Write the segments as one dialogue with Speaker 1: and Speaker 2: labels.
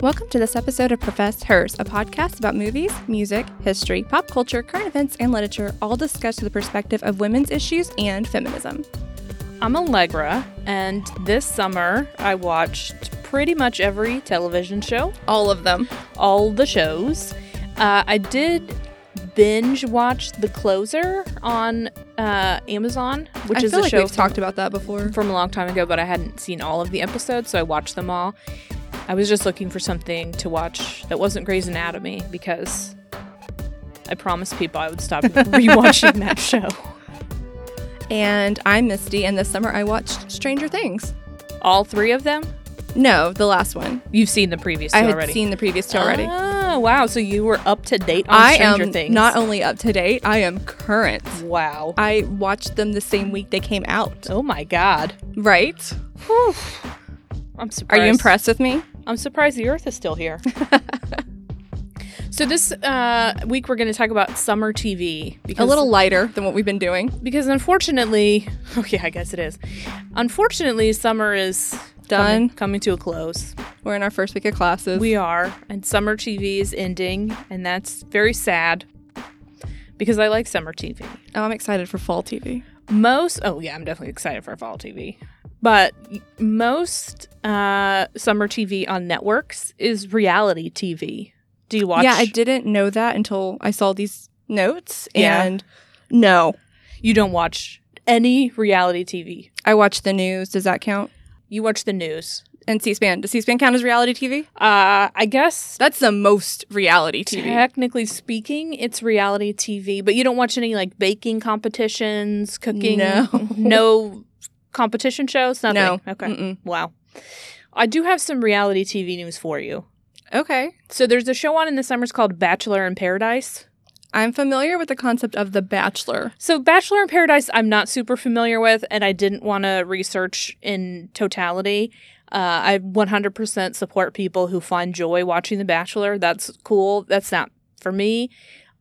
Speaker 1: Welcome to this episode of Profess Hers, a podcast about movies, music, history, pop culture, current events, and literature, all discussed through the perspective of women's issues and feminism.
Speaker 2: I'm Allegra, and this summer I watched pretty much every television show,
Speaker 1: All of them.
Speaker 2: all the shows. Uh, I did binge watch The Closer on uh, Amazon, which
Speaker 1: I
Speaker 2: is
Speaker 1: feel
Speaker 2: a
Speaker 1: like
Speaker 2: show
Speaker 1: we've talked about that before.
Speaker 2: from a long time ago, but I hadn't seen all of the episodes, so I watched them all. I was just looking for something to watch that wasn't Grey's Anatomy because I promised people I would stop rewatching that show.
Speaker 1: And I'm Misty, and this summer I watched Stranger Things.
Speaker 2: All three of them?
Speaker 1: No, the last one. Ah,
Speaker 2: You've seen the previous two
Speaker 1: I had
Speaker 2: already.
Speaker 1: seen the previous two already.
Speaker 2: Oh wow! So you were up to date on
Speaker 1: I
Speaker 2: Stranger
Speaker 1: am
Speaker 2: Things.
Speaker 1: not only up to date, I am current.
Speaker 2: wow.
Speaker 1: I watched them the same week they came out.
Speaker 2: oh my god.
Speaker 1: Right?
Speaker 2: I'm
Speaker 1: Are
Speaker 2: surprised.
Speaker 1: you impressed with me?
Speaker 2: I'm surprised the Earth is still here. so this uh, week we're going to talk about summer TV
Speaker 1: A
Speaker 2: because
Speaker 1: little lighter than what we've been doing.
Speaker 2: because unfortunately, okay, I guess it is. Unfortunately, summer is
Speaker 1: Done.
Speaker 2: coming, coming to a close.
Speaker 1: We're in our first week of classes.
Speaker 2: We are, and summer TV is ending, and that's very sad because I like summer TV.
Speaker 1: oh, I'm excited for fall TV.
Speaker 2: most oh yeah i'm definitely excited for fall tv but most uh summer tv on networks is reality tv do you watch
Speaker 1: Yeah, I didn't know that until I saw these notes.
Speaker 2: Yeah.
Speaker 1: And no,
Speaker 2: you don't watch any reality tv
Speaker 1: I watched the news. Does that count?
Speaker 2: you watch the news
Speaker 1: And C-SPAN. Does C-SPAN count as reality TV?
Speaker 2: uh i guess
Speaker 1: That's the most reality TV.
Speaker 2: technically speaking it's reality tv but you don't watch any like baking competitions cooking
Speaker 1: No.
Speaker 2: no competition shows nothing
Speaker 1: No.
Speaker 2: okay
Speaker 1: Mm-mm.
Speaker 2: wow i do have some reality tv news for you
Speaker 1: Okay.
Speaker 2: So there's a show on in the summers called Bachelor in Paradise.
Speaker 1: I'm familiar with the concept of The Bachelor.
Speaker 2: So Bachelor in Paradise, I'm not super familiar with, and I didn't want to research in totality. Uh, I 100% support people who find joy watching The Bachelor. That's cool. That's not for me.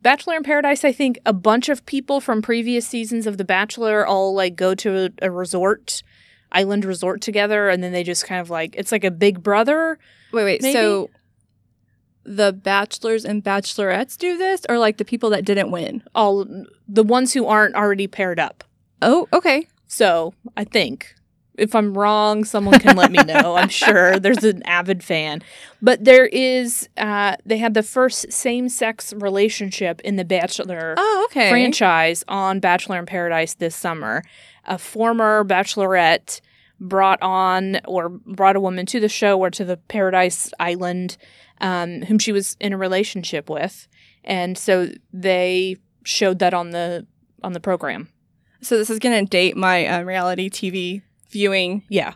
Speaker 2: Bachelor in Paradise, I think a bunch of people from previous seasons of The Bachelor all like go to a, a resort, island resort together, and then they just kind of like it's like a Big Brother.
Speaker 1: Wait, wait.
Speaker 2: Maybe.
Speaker 1: So the bachelors and bachelorettes do this, or like the people that didn't win?
Speaker 2: All the ones who aren't already paired up.
Speaker 1: Oh, okay.
Speaker 2: So I think if I'm wrong, someone can let me know. I'm sure there's an avid fan. But there is, uh, they had the first same sex relationship in the Bachelor
Speaker 1: Oh, okay.
Speaker 2: franchise on Bachelor in Paradise this summer. A former bachelorette brought on or brought a woman to the show or to the Paradise Island um, whom she was in a relationship with. And so they showed that on the on the program.
Speaker 1: So this is gonna date my um, reality TV viewing.
Speaker 2: Yeah.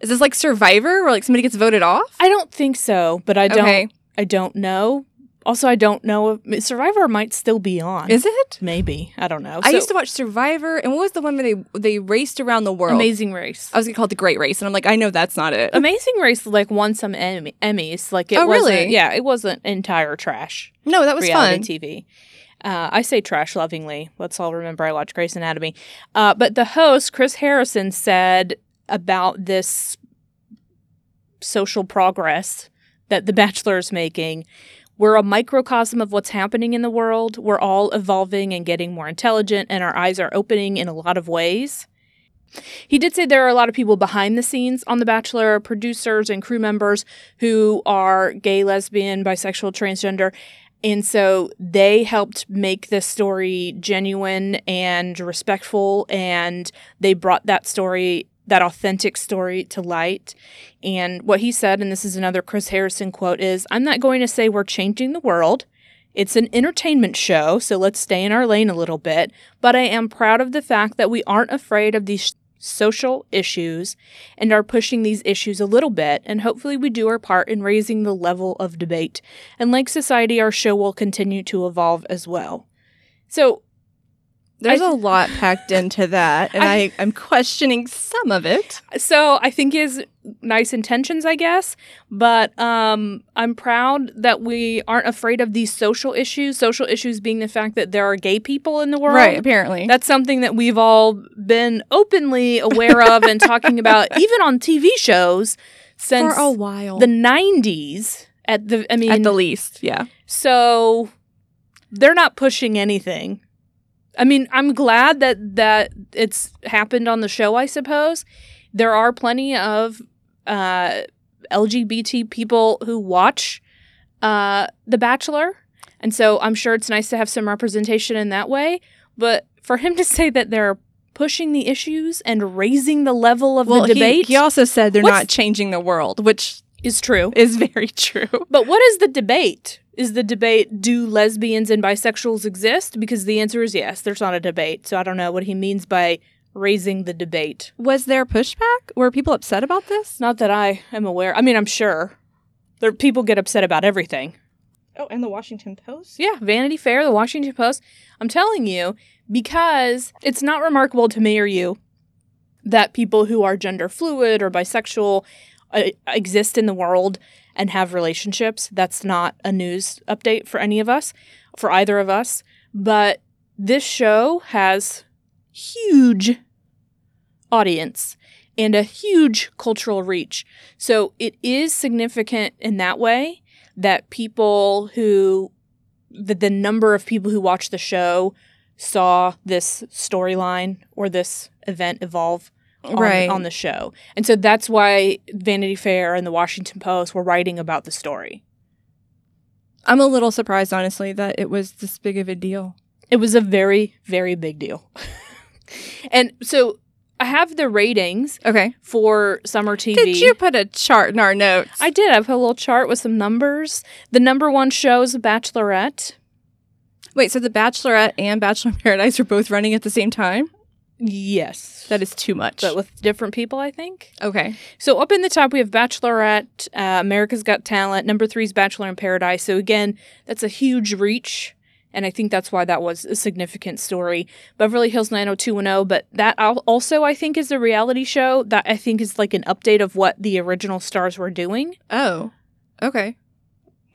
Speaker 1: Is this like Survivor, where like somebody gets voted off?
Speaker 2: I don't think so, but I don't.
Speaker 1: Okay.
Speaker 2: I don't know. Also, I don't know. If, Survivor might still be on.
Speaker 1: Is it?
Speaker 2: maybe I don't know.
Speaker 1: I used to watch Survivor, and what was the one where they they raced around the world? Oh,
Speaker 2: Amazing Race.
Speaker 1: I was gonna call it the Great Race, and I'm like, I know that's not it.
Speaker 2: Amazing Race like won some Emmy, Emmys. Like it
Speaker 1: Oh,
Speaker 2: wasn't,
Speaker 1: really?
Speaker 2: Yeah, it wasn't entire trash.
Speaker 1: No, that was fun.
Speaker 2: reality TV. Uh, I say trash lovingly. Let's all remember I watch Grey's Anatomy. Uh, but the host, Chris Harrison, said about this social progress that The Bachelor is making. We're a microcosm of what's happening in the world. We're all evolving and getting more intelligent, and our eyes are opening in a lot of ways. He did say there are a lot of people behind the scenes on The Bachelor, producers and crew members who are gay, lesbian, bisexual, transgender. And so they helped make this story genuine and respectful, and they brought that story, that authentic story, to light. And what he said, and this is another Chris Harrison quote, is I'm not going to say we're changing the world. It's an entertainment show, so let's stay in our lane a little bit. But I am proud of the fact that we aren't afraid of these social issues and are pushing these issues a little bit. And hopefully, we do our part in raising the level of debate. And like society, our show will continue to evolve as well. So
Speaker 1: There's
Speaker 2: I-
Speaker 1: a lot packed into that, and I,
Speaker 2: I-
Speaker 1: I'm questioning some of it.
Speaker 2: so I think is nice intentions, I guess. But um, I'm proud that we aren't afraid of these social issues. Social issues being the fact that there are gay people in the world.
Speaker 1: Right, apparently.
Speaker 2: That's something that we've all been openly aware of and talking about, even on TV shows. since
Speaker 1: for a while.
Speaker 2: the 90s at the I mean
Speaker 1: at the least, yeah.
Speaker 2: so they're not pushing anything. I mean, I'm glad that that it's happened on the show. I suppose there are plenty of uh, LGBT people who watch uh, The Bachelor, and so I'm sure it's nice to have some representation in that way. But for him to say that they're pushing the issues and raising the level of the
Speaker 1: he-
Speaker 2: debate
Speaker 1: He, also said they're
Speaker 2: What's-
Speaker 1: not changing the world, which
Speaker 2: is true.
Speaker 1: is very true.
Speaker 2: But what is the debate? Is the debate do lesbians and bisexuals exist? Because the answer is yes. There's not a debate. So I don't know what he means by raising the debate.
Speaker 1: Was there pushback? Were people upset about this?
Speaker 2: Not that I am aware. I mean, I'm sure. There people get upset about everything.
Speaker 1: Oh, and the Washington Post.
Speaker 2: Yeah, Vanity Fair, the Washington Post. I'm telling you because it's not remarkable to me or you that people who are gender fluid or bisexual uh, exist in the world and have relationships. That's not a news update for any of us, for either of us. But this show has huge audience and a huge cultural reach. So it is significant in that way that people who the, the number of people who watch the show saw this storyline or this event evolve on,
Speaker 1: Right.
Speaker 2: on the show. And so that's why Vanity Fair and the Washington Post were writing about the story.
Speaker 1: I'm a little surprised, honestly, that it was this big of a deal.
Speaker 2: It was a very, very big deal. and so I have the ratings
Speaker 1: Okay.
Speaker 2: for summer TV.
Speaker 1: Did you put a chart in our notes?
Speaker 2: I did. I put a little chart with some numbers. The number one show is The Bachelorette.
Speaker 1: Wait, so The Bachelorette and Bachelor in Paradise are both running at the same time?
Speaker 2: Yes.
Speaker 1: That is too much.
Speaker 2: but with different people, I think.
Speaker 1: okay.
Speaker 2: So up in the top, we have Bachelorette, uh, America's Got Talent. Number three is Bachelor in Paradise. So again, that's a huge reach, and I think that's why that was a significant story. Beverly Hills 90210, but that al- also I think is a reality show that I think is like an update of what the original stars were doing.
Speaker 1: Oh. Okay.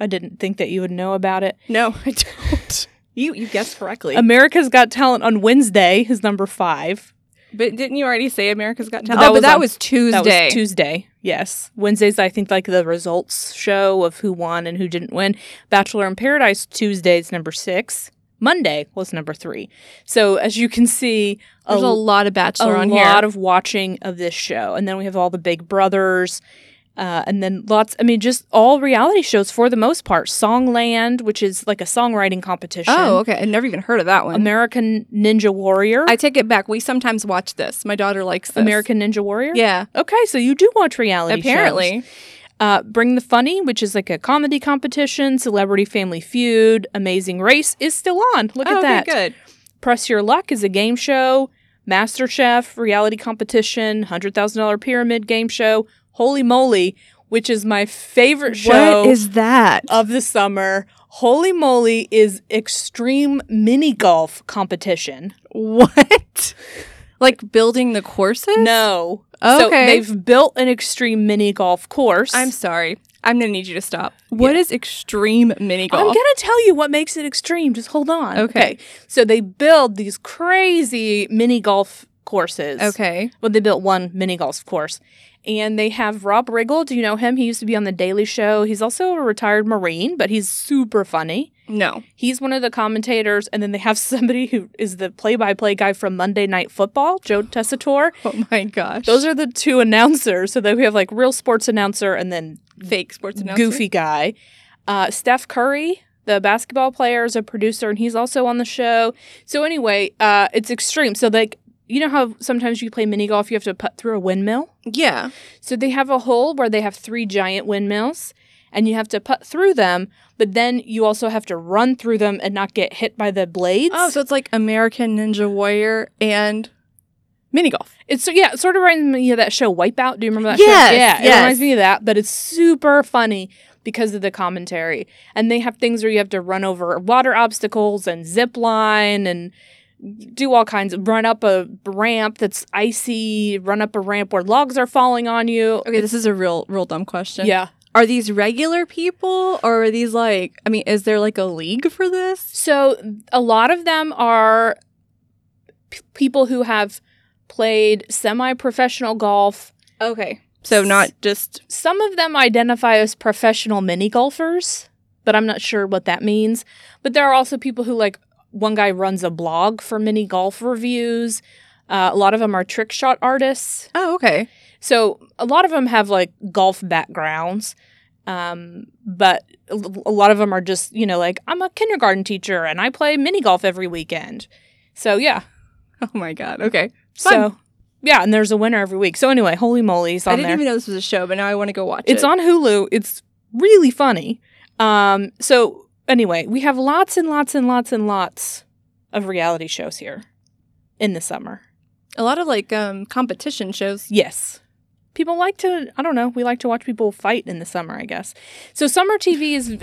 Speaker 2: I didn't think that you would know about it.
Speaker 1: No, I don't. you you guessed correctly.
Speaker 2: America's Got Talent on Wednesday is number five.
Speaker 1: but didn't you already say America's Got
Speaker 2: That
Speaker 1: Talent? oh,
Speaker 2: was
Speaker 1: but that
Speaker 2: on-
Speaker 1: was Tuesday.
Speaker 2: That was Tuesday. Yes. Wednesday's I think like the results show of who won and who didn't win. Bachelor in Paradise Tuesday's number 6. Monday was number 3. So as you can see
Speaker 1: There's a, lot of
Speaker 2: a
Speaker 1: Bachelor on here.
Speaker 2: lot of watching of this show. And then we have all the Big Brothers uh, and then lots I mean just all reality shows for the most part. Songland, which is like a songwriting competition.
Speaker 1: oh, okay. I never even heard of that one.
Speaker 2: American Ninja Warrior.
Speaker 1: I take it back. We sometimes watch this. My daughter likes this.
Speaker 2: American Ninja Warrior?
Speaker 1: Yeah.
Speaker 2: Okay, so you do watch reality shows.
Speaker 1: Apparently.
Speaker 2: Uh, Bring the Funny, which is like a comedy competition, Celebrity Family Feud, Amazing Race is still on. Look at
Speaker 1: oh,
Speaker 2: that.
Speaker 1: Okay, good.
Speaker 2: Press Your Luck is a game show, Master Chef, reality competition, $100,000 pyramid game show, Holy Moly, which is my favorite show
Speaker 1: that?
Speaker 2: of the summer. Holy Moly is extreme mini golf competition.
Speaker 1: what? Like building the courses?
Speaker 2: No. So
Speaker 1: Okay.
Speaker 2: they've built an extreme mini golf course.
Speaker 1: I'm sorry. I'm going to need you to stop. What is extreme mini
Speaker 2: I'm
Speaker 1: golf?
Speaker 2: gonna tell you what makes it extreme. Just hold on.
Speaker 1: Okay.
Speaker 2: So they build these crazy mini golf courses.
Speaker 1: okay.
Speaker 2: Well, they built one mini golf course, and they have Rob Riggle. Do you know him? He used to be on the Daily Show. He's also a retired Marine, but he's super funny.
Speaker 1: No.
Speaker 2: He's one of the commentators, and then they have somebody who is the play-by-play guy from Monday Night Football, Joe Tessitore.
Speaker 1: Oh my gosh.
Speaker 2: Those are the two announcers. So then we have like real sports announcer, and then
Speaker 1: fake sports
Speaker 2: goofy guy. Uh, Steph Curry, the basketball player, is a producer and he's also on the show. So anyway, uh, it's extreme. So like you know how sometimes you play mini golf, you have to putt through a windmill.
Speaker 1: Yeah.
Speaker 2: So they have a hole where they have three giant windmills. And you have to putt through them, but then you also have to run through them and not get hit by the blades.
Speaker 1: Oh, so it's like American Ninja Warrior and mini golf.
Speaker 2: It's so yeah, it sort of reminds me of that show Wipeout. Do you remember that
Speaker 1: Yes,
Speaker 2: show? Yeah, it
Speaker 1: yes.
Speaker 2: reminds me of that, but it's super funny because of the commentary. And they have things where you have to run over water obstacles and zip line and do all kinds of run up a ramp that's icy, run up a ramp where logs are falling on you.
Speaker 1: Okay, this is a real, real dumb question.
Speaker 2: Yeah.
Speaker 1: Are these regular people or are these like, I mean, is there like a league for this?
Speaker 2: So a lot of them are p- people who have played semi-professional golf
Speaker 1: Okay. So not just
Speaker 2: Some of them identify as professional mini golfers, but I'm not sure what that means. But there are also people who like one guy runs a blog for mini golf reviews. Uh, a lot of them are trick shot artists.
Speaker 1: oh okay.
Speaker 2: So a lot of them have like golf backgrounds, um, but a l- a lot of them are just you know like I'm a kindergarten teacher and I play mini golf every weekend. So yeah,
Speaker 1: Oh my god. Okay.
Speaker 2: so yeah, and there's a winner every week. So anyway, holy moly, it's on
Speaker 1: I didn't
Speaker 2: there.
Speaker 1: even know this was a show, but now I want to go watch
Speaker 2: It's
Speaker 1: it.
Speaker 2: on Hulu. It's really funny. Um, so anyway, we have lots and lots and lots and lots of reality shows here in the summer.
Speaker 1: a lot of like um competition shows.
Speaker 2: Yes. People like to, I don't know, we like to watch people fight in the summer, I guess. So summer TV is,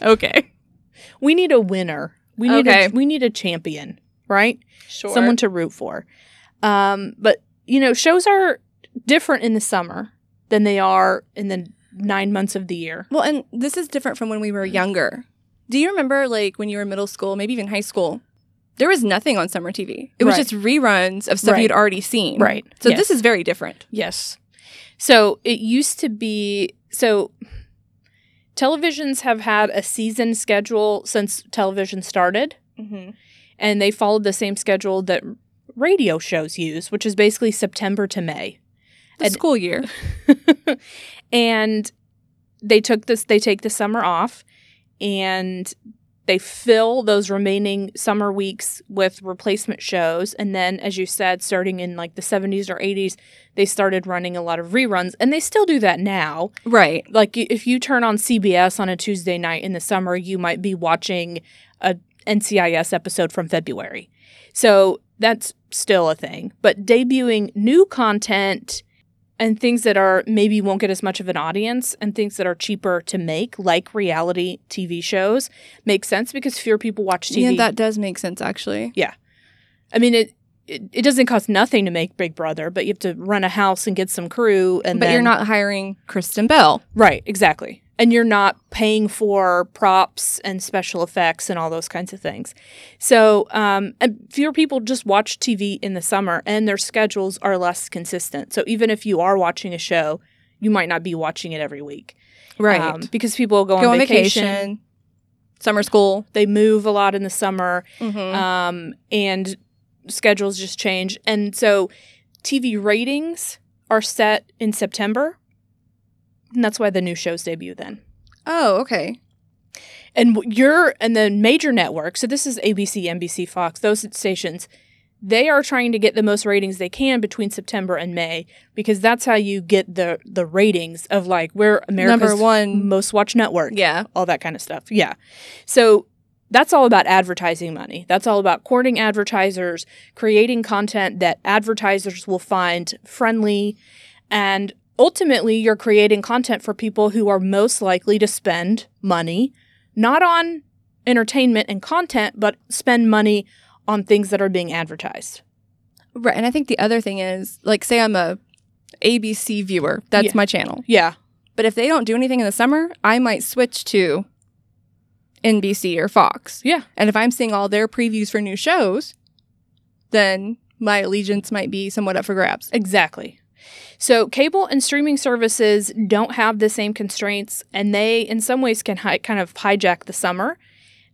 Speaker 1: Okay.
Speaker 2: we need a winner. We need,
Speaker 1: Okay.
Speaker 2: a, we need a champion, right?
Speaker 1: Sure.
Speaker 2: Someone to root for. Um, but, you know, shows are different in the summer than they are in the nine months of the year.
Speaker 1: Well, and this is different from when we
Speaker 2: Mm-hmm.
Speaker 1: were younger. Do you remember, like, when you were in middle school, maybe even high school? There was nothing on summer TV. It was
Speaker 2: Right.
Speaker 1: just reruns of stuff
Speaker 2: Right.
Speaker 1: you'd already seen.
Speaker 2: Right.
Speaker 1: So
Speaker 2: Yes.
Speaker 1: this is very different.
Speaker 2: Yes. So it used to be so televisions have had a season schedule since television started
Speaker 1: Mm-hmm.
Speaker 2: and they followed the same schedule that radio shows use, which is basically September to May.
Speaker 1: The
Speaker 2: And-
Speaker 1: school year.
Speaker 2: and they took this they take the summer off and they fill those remaining summer weeks with replacement shows and then as you said starting in like the 70s or 80s they started running a lot of reruns and they still do that now
Speaker 1: Right.
Speaker 2: like y- if you turn on CBS on a Tuesday night in the summer, you might be watching a NCIS episode from February. So that's still a thing. But debuting new content and things that are maybe won't get as much of an audience and things that are cheaper to make, like reality TV shows, makes sense because fewer people watch TV.
Speaker 1: Yeah, that does make sense, actually.
Speaker 2: I mean, it, it it doesn't cost nothing to make Big Brother, but you have to run a house and get some crew. And
Speaker 1: but you're
Speaker 2: then-
Speaker 1: not hiring Kristen Bell.
Speaker 2: Right, exactly. And you're not paying for props and special effects and all those kinds of things. So, um, and fewer people just watch TV in the summer and their schedules are less consistent. So, even if you are watching a show, you might not be watching it every week. Um, because people go,
Speaker 1: Go
Speaker 2: on,
Speaker 1: on
Speaker 2: vacation.
Speaker 1: vacation. Summer school.
Speaker 2: They move a lot in the summer
Speaker 1: Mm-hmm.
Speaker 2: um, and schedules just change. And so, TV ratings are set in September. And that's why the new shows debut then.
Speaker 1: oh, okay.
Speaker 2: and w- you're and the major networks so this is abc nbc fox those stations they are trying to get the most ratings they can between september and may because that's how you get the the ratings of like we're america's
Speaker 1: Number one.
Speaker 2: most watched network
Speaker 1: Yeah.
Speaker 2: all that kind of stuff yeah so that's all about advertising money that's all about courting advertisers creating content that advertisers will find friendly and ultimately you're creating content for people who are most likely to spend money not on entertainment and content but spend money on things that are being advertised
Speaker 1: Right. And I think the other thing is, like, say I'm a ABC viewer. That's
Speaker 2: Yeah.
Speaker 1: my channel.
Speaker 2: yeah
Speaker 1: But if they don't do anything in the summer, I might switch to NBC or Fox.
Speaker 2: yeah
Speaker 1: And if I'm seeing all their previews for new shows, then my allegiance might be somewhat up for grabs.
Speaker 2: Exactly. So, cable and streaming services don't have the same constraints, and they, in some ways, can hi- kind of hijack the summer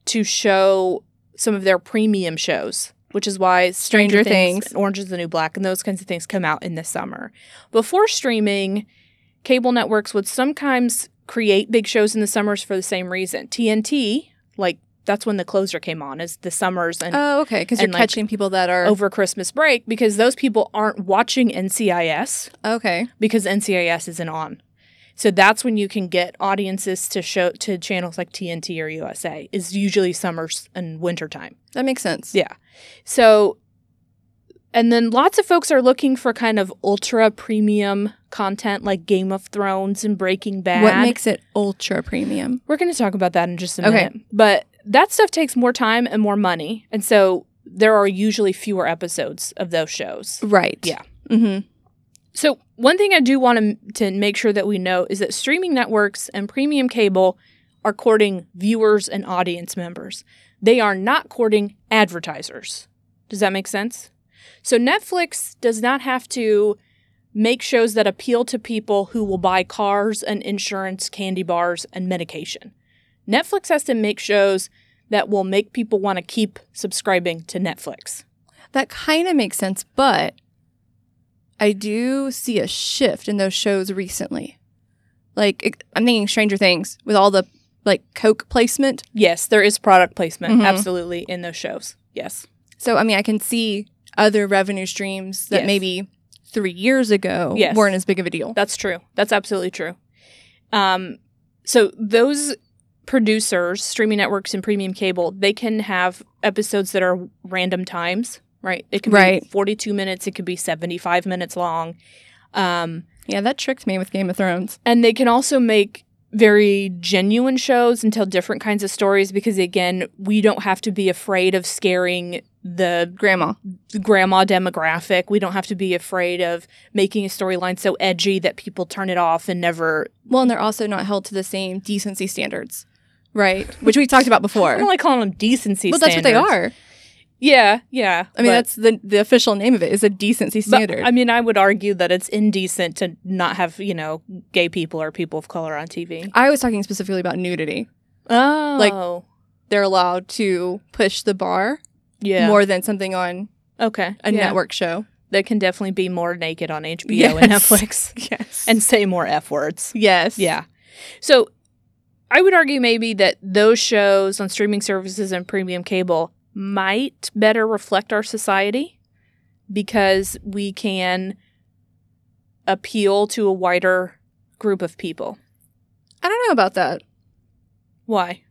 Speaker 2: to show some of their premium shows, which is why
Speaker 1: Stranger
Speaker 2: Stranger, Things,
Speaker 1: Things.
Speaker 2: and Orange is the New Black, and those kinds of things come out in the summer. Before streaming, cable networks would sometimes create big shows in the summers for the same reason. TNT, like that's when the closer came on, is the summers and
Speaker 1: Oh, okay. Because you're
Speaker 2: And, like,
Speaker 1: catching people that are
Speaker 2: over Christmas break, because those people aren't watching NCIS
Speaker 1: okay.
Speaker 2: because NCIS isn't on. So that's when you can get audiences to show to channels like TNT or USA is usually summers and wintertime.
Speaker 1: That makes sense.
Speaker 2: Yeah. So and then lots of folks are looking for kind of ultra premium content like Game of Thrones and Breaking Bad.
Speaker 1: What makes it ultra premium?
Speaker 2: We're going to talk about that in just a
Speaker 1: Okay.
Speaker 2: minute. But that stuff takes more time and more money. And so there are usually fewer episodes of those shows.
Speaker 1: Right.
Speaker 2: Yeah.
Speaker 1: hmm
Speaker 2: So, one thing I do want to, to make sure that we know is that streaming networks and premium cable are courting viewers and audience members. They are not courting advertisers. Does that make sense? So, Netflix does not have to make shows that appeal to people who will buy cars and insurance, candy bars, and medication. Netflix has to make shows that will make people want to keep subscribing to Netflix.
Speaker 1: That kind of makes sense, but I do see a shift in those shows recently. Like it- I'm thinking Stranger Things with all the like Coke placement.
Speaker 2: Yes, there is product placement
Speaker 1: Mhm.
Speaker 2: absolutely in those shows. Yes.
Speaker 1: So I mean, I can see other revenue streams that
Speaker 2: Yes.
Speaker 1: maybe three years ago
Speaker 2: Yes.
Speaker 1: weren't as big of a deal.
Speaker 2: That's true. That's absolutely true. Um, so those producers, streaming networks, and premium cable, they can have episodes that are random times, right? It can
Speaker 1: Right.
Speaker 2: be 42 minutes. It could be 75 minutes long. Um,
Speaker 1: yeah, that tricked me with Game of Thrones.
Speaker 2: and they can also make very genuine shows and tell different kinds of stories because, again, we don't have to be afraid of scaring the
Speaker 1: Grandma.
Speaker 2: the grandma demographic. We don't have to be afraid of making a storyline so edgy that people turn it off and never
Speaker 1: Well, and they're also not held to the same decency standards, right? Which we talked about before.
Speaker 2: I don't like calling them decency.
Speaker 1: well, that's what they are.
Speaker 2: standards. Yeah, yeah.
Speaker 1: I mean,
Speaker 2: but-
Speaker 1: that's the the official name of it is a decency
Speaker 2: but,
Speaker 1: standard.
Speaker 2: I mean, I would argue that it's indecent to not have you know gay people or people of color on TV.
Speaker 1: I was talking specifically about nudity.
Speaker 2: Oh,
Speaker 1: They're allowed to push the bar
Speaker 2: yeah.
Speaker 1: more than something on
Speaker 2: okay.
Speaker 1: a
Speaker 2: yeah.
Speaker 1: network show.
Speaker 2: They can definitely be more naked on HBO and
Speaker 1: Yes.
Speaker 2: Netflix
Speaker 1: Yes.
Speaker 2: and say more f words.
Speaker 1: yes.
Speaker 2: Yeah. So I would argue maybe that those shows on streaming services and premium cable might better reflect our society because we can appeal to a wider group of people.
Speaker 1: I don't know about that
Speaker 2: Why?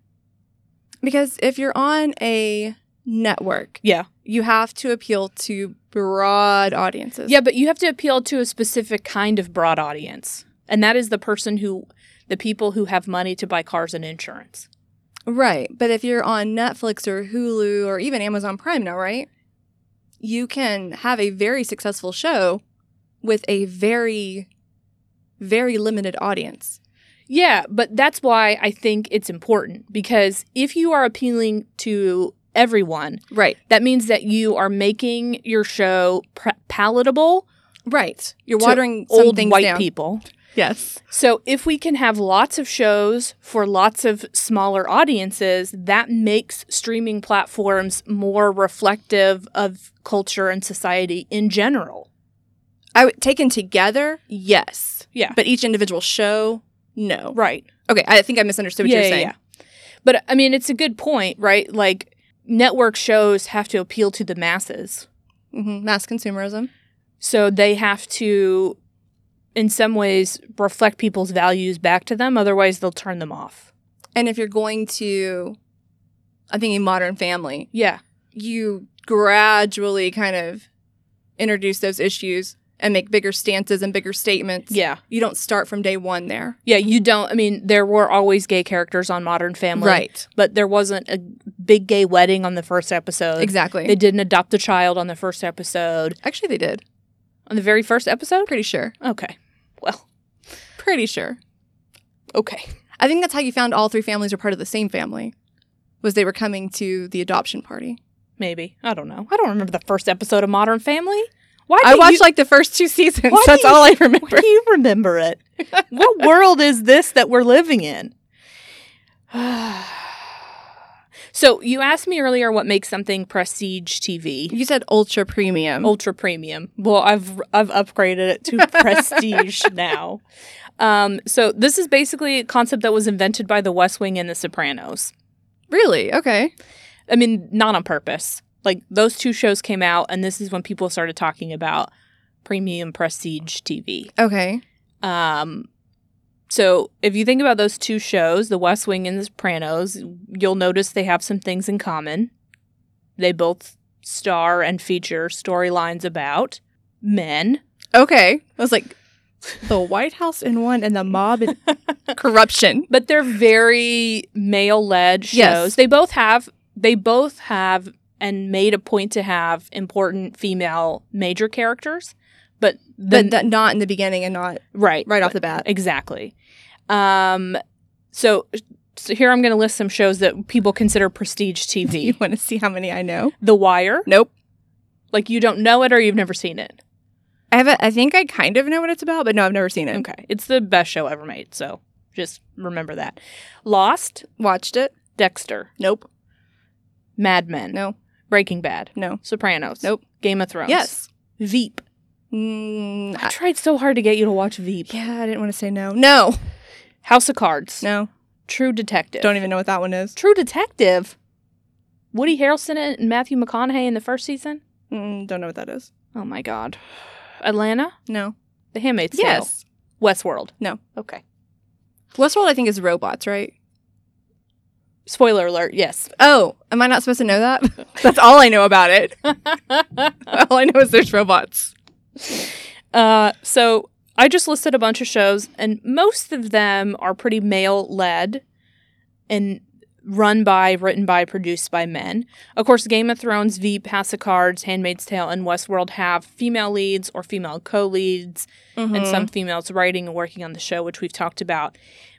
Speaker 1: because if you're on a network,
Speaker 2: Yeah.
Speaker 1: you have to appeal to broad audiences.
Speaker 2: Yeah, but you have to appeal to a specific kind of broad audience. And that is the person who the people who have money to buy cars and insurance.
Speaker 1: Right. But if you're on Netflix or Hulu or even Amazon Prime now, right? You can have a very successful show with a very, very limited audience.
Speaker 2: Yeah, but that's why I think it's important because if you are appealing to everyone,
Speaker 1: Right.
Speaker 2: That means that you are making your show pr- palatable
Speaker 1: Right. You're
Speaker 2: To
Speaker 1: watering some
Speaker 2: old
Speaker 1: things
Speaker 2: white
Speaker 1: down.
Speaker 2: people.
Speaker 1: Yes.
Speaker 2: So if we can have lots of shows for lots of smaller audiences, that makes streaming platforms more reflective of culture and society in general.
Speaker 1: I would taken together, yes.
Speaker 2: Yeah.
Speaker 1: But each individual show, no.
Speaker 2: Right.
Speaker 1: Okay, I think I misunderstood what
Speaker 2: yeah,
Speaker 1: you were
Speaker 2: yeah,
Speaker 1: saying.
Speaker 2: yeah. But I mean, it's a good point, right? Like network shows have to appeal to the masses.
Speaker 1: hmm Mass consumerism.
Speaker 2: So they have to, in some ways, reflect people's values back to them. Otherwise, they'll turn them off.
Speaker 1: And if you're going to I'm thinking modern family,
Speaker 2: Yeah.
Speaker 1: you gradually kind of introduce those issues and make bigger stances and bigger statements.
Speaker 2: Yeah.
Speaker 1: You don't start from day one there.
Speaker 2: Yeah. You don't, I mean, there were always gay characters on Modern Family.
Speaker 1: Right.
Speaker 2: But there wasn't a big gay wedding on the first episode.
Speaker 1: Exactly.
Speaker 2: They didn't adopt a child on the first episode.
Speaker 1: Actually, they did.
Speaker 2: On the very first episode?
Speaker 1: Pretty sure.
Speaker 2: Okay. Well,
Speaker 1: Pretty sure.
Speaker 2: okay.
Speaker 1: I think that's how you found all three families were part of the same family, was they were coming to the adoption party.
Speaker 2: Maybe. I don't know. I don't remember the first episode of Modern Family. Why
Speaker 1: I
Speaker 2: do
Speaker 1: watched
Speaker 2: you-
Speaker 1: like the first two seasons.
Speaker 2: Why do
Speaker 1: That's
Speaker 2: you-
Speaker 1: all I remember.
Speaker 2: Why do you remember it? what world is this that we're living in? so you asked me earlier what makes something prestige TV
Speaker 1: You said ultra premium.
Speaker 2: ultra premium. Well, I've I've upgraded it to prestige now. Um, so this is basically a concept that was invented by The West Wing and The Sopranos.
Speaker 1: really? Okay.
Speaker 2: I mean, not on purpose. Like those two shows came out, and this is when people started talking about premium prestige TV.
Speaker 1: Okay.
Speaker 2: Um, so if you think about those two shows, The West Wing and The Sopranos, you'll notice they have some things in common. They both star and feature storylines about men.
Speaker 1: Okay. I was like, the White House in one and the mob in corruption.
Speaker 2: but they're very male-led shows.
Speaker 1: Yes.
Speaker 2: They both have they both have and made a point to have important female major characters, but the,
Speaker 1: but that not in the beginning and not
Speaker 2: right
Speaker 1: right off the bat.
Speaker 2: Exactly. Um, so, so here I'm going to list some shows that people consider prestige
Speaker 1: You
Speaker 2: TV.
Speaker 1: want to see how many I know?
Speaker 2: the Wire.
Speaker 1: Nope.
Speaker 2: Like you don't know it or you've never seen it.
Speaker 1: I have. A, I think I kind of know what it's about, but no, I've never seen it.
Speaker 2: Okay. It's the best show ever made, so just remember that. Lost,
Speaker 1: Watched it?
Speaker 2: Dexter,
Speaker 1: Nope.
Speaker 2: Mad Men,
Speaker 1: No.
Speaker 2: Breaking Bad,
Speaker 1: No.
Speaker 2: Sopranos,
Speaker 1: Nope.
Speaker 2: Game of Thrones,
Speaker 1: Yes.
Speaker 2: Veep.
Speaker 1: Mm,
Speaker 2: I
Speaker 1: I-
Speaker 2: tried so hard to get you to watch Veep.
Speaker 1: yeah, I didn't want to say no. No.
Speaker 2: House of Cards,
Speaker 1: No.
Speaker 2: True Detective.
Speaker 1: Don't even know what that one is.
Speaker 2: True Detective. Woody Harrelson and Matthew McConaughey in the first season.
Speaker 1: Mm, don't know what that is.
Speaker 2: Oh my God. Atlanta,
Speaker 1: No.
Speaker 2: The Handmaid's Tale,
Speaker 1: Yes.
Speaker 2: Westworld.
Speaker 1: No.
Speaker 2: Okay.
Speaker 1: Westworld, I think, is robots, right?
Speaker 2: Spoiler alert. Yes.
Speaker 1: Oh, am I not supposed to know that? That's all I know about it. All I know is there's robots.
Speaker 2: Uh, so I just listed a bunch of shows, and most of them are pretty male led and run by, written by, produced by men. Of course, Game of Thrones, Veep, House of Cards, Handmaid's Tale, and Westworld have female leads or female co leads,
Speaker 1: Mm-hmm.
Speaker 2: and some females writing and working on the show, which we've talked about.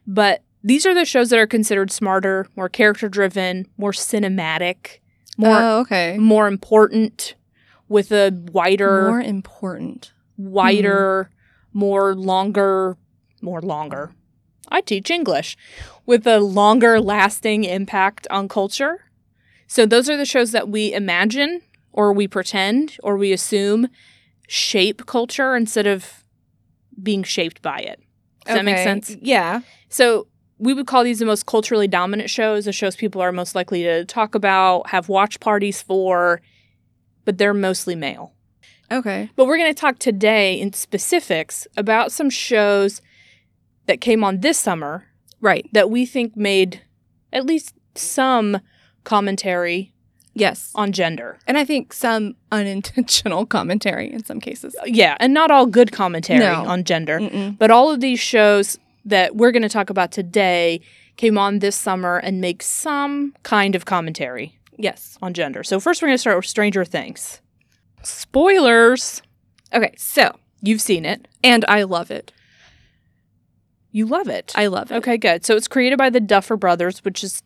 Speaker 2: But these are the shows that are considered smarter, more character driven, more cinematic, more
Speaker 1: Oh, okay.
Speaker 2: more important, with a wider
Speaker 1: More Hmm. important.
Speaker 2: wider, more longer, more longer. I teach English with a longer lasting impact on culture. So those are the shows that we imagine or we pretend or we assume shape culture instead of being shaped by it. Does that make
Speaker 1: Okay.
Speaker 2: sense?
Speaker 1: Yeah.
Speaker 2: So we would call these the most culturally dominant shows, the shows people are most likely to talk about, have watch parties for, but they're mostly male.
Speaker 1: Okay.
Speaker 2: But we're going to talk today in specifics about some shows that came on this summer
Speaker 1: Right.
Speaker 2: that we think made at least some commentary
Speaker 1: Yes.
Speaker 2: on gender.
Speaker 1: And I think some unintentional commentary in some cases.
Speaker 2: Yeah, and not all good commentary
Speaker 1: No. Mm.
Speaker 2: on gender,
Speaker 1: Mm-mm.
Speaker 2: but all of these shows that we're going to talk about today came on this summer and make some kind of commentary
Speaker 1: Yes.
Speaker 2: on gender. So first we're going to start with Stranger Things. Spoilers.
Speaker 1: Okay. So,
Speaker 2: You've seen it.
Speaker 1: and I love it.
Speaker 2: You love it.
Speaker 1: I love it.
Speaker 2: Okay, good. So it's created by the Duffer brothers, which is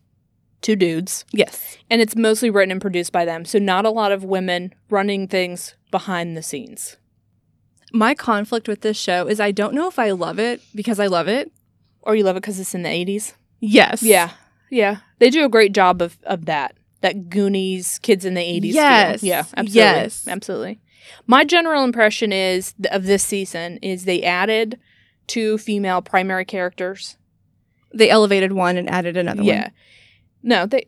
Speaker 2: two dudes,
Speaker 1: Yes.
Speaker 2: and it's mostly written and produced by them. So not a lot of women running things behind the scenes.
Speaker 1: My conflict with this show is I don't know if I love it because I love it.
Speaker 2: Or you love it because it's in the 80s?
Speaker 1: Yes.
Speaker 2: Yeah. Yeah. They do a great job of, of that. That Goonies, kids in the 80s. feel.
Speaker 1: Yes.
Speaker 2: Yeah, absolutely.
Speaker 1: Yes.
Speaker 2: Absolutely. My general impression is th- of this season is they added two female primary characters.
Speaker 1: They elevated one and added another
Speaker 2: yeah.
Speaker 1: one.
Speaker 2: No, they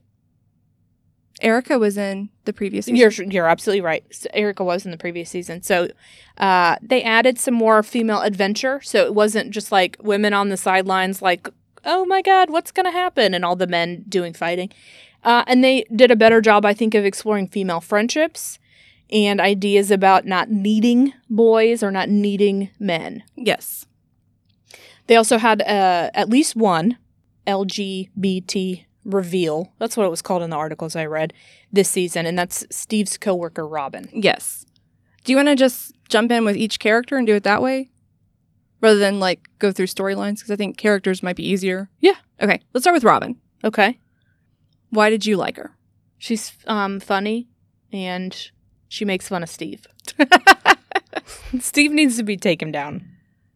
Speaker 1: Erica was in the previous season.
Speaker 2: You're you're absolutely right. So Erica was in the previous season, so uh, they added some more female adventure. So it wasn't just like women on the sidelines, like oh my god, what's gonna happen, and all the men doing fighting. Uh, and they did a better job, I think, of exploring female friendships and ideas about not needing boys or not needing men.
Speaker 1: yes.
Speaker 2: They also had uh, at least one LGBT reveal. That's what it was called in the articles I read this season, and that's Steve's coworker Robin.
Speaker 1: Yes. Do you want to just jump in with each character and do it that way? Rather than like go through storylines? Because I think characters might be easier.
Speaker 2: Yeah.
Speaker 1: Okay. Let's start with Robin.
Speaker 2: Okay.
Speaker 1: Why did you like her?
Speaker 2: She's um, funny and she makes fun of Steve. Steve needs to be taken down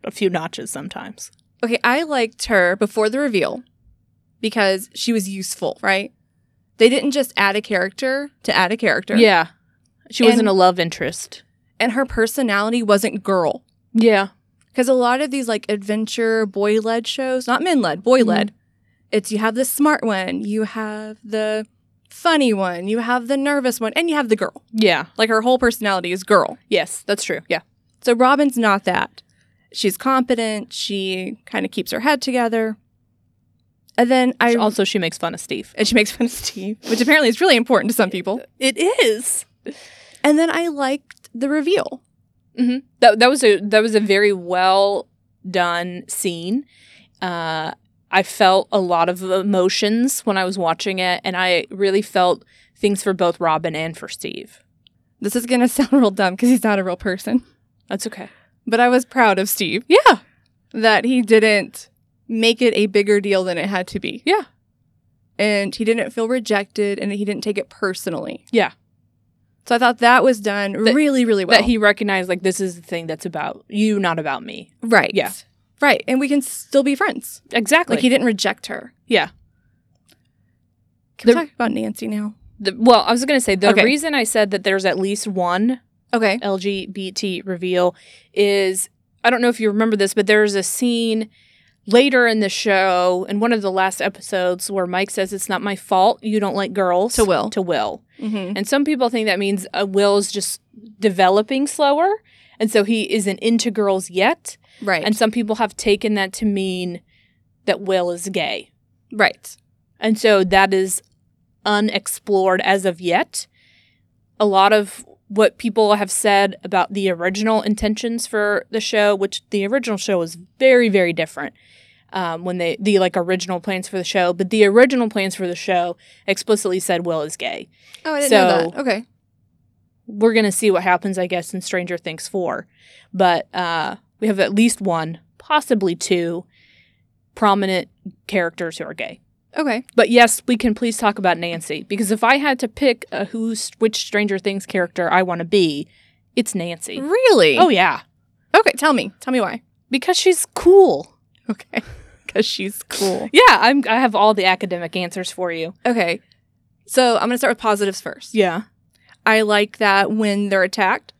Speaker 2: a few notches sometimes.
Speaker 1: Okay. I liked her before the reveal because she was useful, right? They didn't just add a character to add a character.
Speaker 2: Yeah. She
Speaker 1: And-
Speaker 2: wasn't a love interest.
Speaker 1: And her personality wasn't girl.
Speaker 2: Yeah.
Speaker 1: Because a lot of these like adventure boy led shows, not men led, boy led, it's you have the smart one, you have the funny one, you have the nervous one, and you have the girl.
Speaker 2: Yeah.
Speaker 1: Like her whole personality is girl.
Speaker 2: Yes, that's true. Yeah.
Speaker 1: So Robin's not that. She's competent, she kind of keeps her head together. And then I
Speaker 2: also, she makes fun of Steve.
Speaker 1: and she makes fun of Steve, which apparently is really important to some people.
Speaker 2: It is.
Speaker 1: And then I liked the reveal.
Speaker 2: That that was a that was a very well done scene. Uh, I felt a lot of emotions when I was watching it, and I really felt things for both Robin and for Steve.
Speaker 1: This is gonna sound real dumb because he's not a real person.
Speaker 2: That's okay.
Speaker 1: But I was proud of Steve.
Speaker 2: Yeah,
Speaker 1: that he didn't make it a bigger deal than it had to be.
Speaker 2: Yeah.
Speaker 1: And he didn't feel rejected and he didn't take it personally.
Speaker 2: Yeah.
Speaker 1: So I thought that was done
Speaker 2: That-
Speaker 1: really, really well.
Speaker 2: that he recognized like this is the thing that's about you, not about me.
Speaker 1: right.
Speaker 2: Yeah.
Speaker 1: Right. And we can still be friends.
Speaker 2: Exactly.
Speaker 1: Like he didn't reject her.
Speaker 2: yeah.
Speaker 1: Can
Speaker 2: The-
Speaker 1: we talk about Nancy now?
Speaker 2: The, well, I was gonna say the
Speaker 1: Okay.
Speaker 2: reason I said that there's at least one
Speaker 1: Okay.
Speaker 2: LGBT reveal is I don't know if you remember this, but there's a scene later in the show in one of the last episodes where Mike says it's not my fault you don't like girls
Speaker 1: To Will.
Speaker 2: to Will.
Speaker 1: Mm-hmm.
Speaker 2: And some people think that means uh, Will's just developing slower. And so he isn't into girls yet.
Speaker 1: Right.
Speaker 2: And some people have taken that to mean that Will is gay.
Speaker 1: right.
Speaker 2: And so that is unexplored as of yet. A lot of what people have said about the original intentions for the show, which the original show was very, very different um, when they, the like original plans for the show, but the original plans for the show explicitly said Will is gay
Speaker 1: Oh, I didn't
Speaker 2: So-
Speaker 1: know that. Okay.
Speaker 2: we're gonna see what happens, I guess, in Stranger Things four. But uh, we have at least one, possibly two, prominent characters who are gay.
Speaker 1: Okay.
Speaker 2: But yes, we can please talk about Nancy because if I had to pick a who, which Stranger Things character I want to be, it's Nancy.
Speaker 1: Really?
Speaker 2: Oh yeah,
Speaker 1: Okay. Tell me. Tell me why.
Speaker 2: because she's cool.
Speaker 1: Okay. Because she's cool.
Speaker 2: Yeah, I'm. I have all the academic answers for you.
Speaker 1: okay. So I'm going to start with positives first.
Speaker 2: Yeah.
Speaker 1: I like that when they're attacked,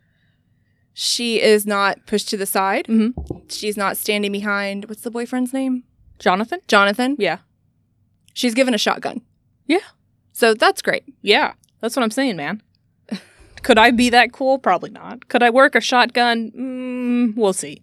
Speaker 1: she is not pushed to the side.
Speaker 2: Mhm.
Speaker 1: She's not standing behind, what's the boyfriend's name?
Speaker 2: Jonathan.
Speaker 1: Jonathan.
Speaker 2: Yeah.
Speaker 1: She's given a shotgun.
Speaker 2: Yeah.
Speaker 1: So that's great.
Speaker 2: Yeah, that's what I'm saying, man. Could I be that cool? Probably not. Could I work a shotgun? Mm, we'll see.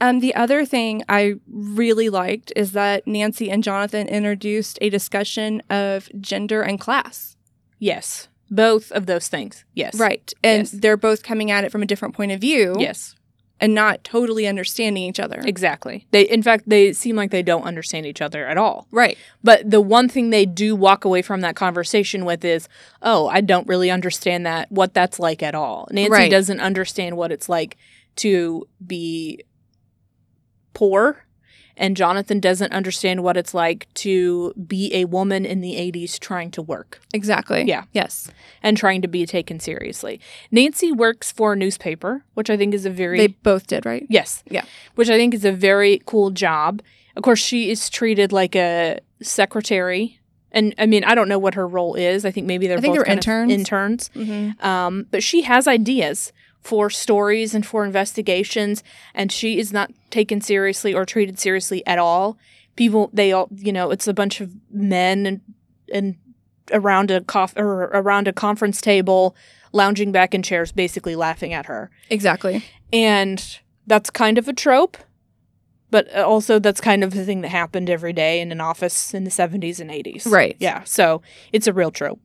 Speaker 1: Um, the other thing I really liked is that Nancy and Jonathan introduced a discussion of gender and class.
Speaker 2: Yes. Both of those things. Yes.
Speaker 1: Right. And
Speaker 2: Yes.
Speaker 1: they're both coming at it from a different point of view
Speaker 2: Yes.
Speaker 1: and not totally understanding each other.
Speaker 2: Exactly. They in fact they seem like they don't understand each other at all.
Speaker 1: right.
Speaker 2: But the one thing they do walk away from that conversation with is, "Oh, I don't really understand that what that's like at all." Nancy
Speaker 1: Right.
Speaker 2: doesn't understand what it's like to be poor. And Jonathan doesn't understand what it's like to be a woman in the 80s trying to work.
Speaker 1: Exactly.
Speaker 2: Yeah.
Speaker 1: Yes.
Speaker 2: and trying to be taken seriously. Nancy works for a newspaper, which I think is a very
Speaker 1: They both did, right?
Speaker 2: yes,
Speaker 1: Yeah.
Speaker 2: which I think is a very cool job. Of course, she is treated like a secretary, and I mean, I don't know what her role is. I think maybe they're
Speaker 1: I think
Speaker 2: both
Speaker 1: they're
Speaker 2: kind of
Speaker 1: interns.
Speaker 2: interns.
Speaker 1: Mm-hmm.
Speaker 2: Um, but she has ideas for stories and for investigations, and she is not taken seriously or treated seriously at all. People, they all, you know, it's a bunch of men and and around a cof- or around a conference table, lounging back in chairs, basically laughing at her,
Speaker 1: Exactly.
Speaker 2: and that's kind of a trope. But uh, also, that's kind of the thing that happened every day in an office in the 70s and 80s.
Speaker 1: Right.
Speaker 2: Yeah, so it's a real trope.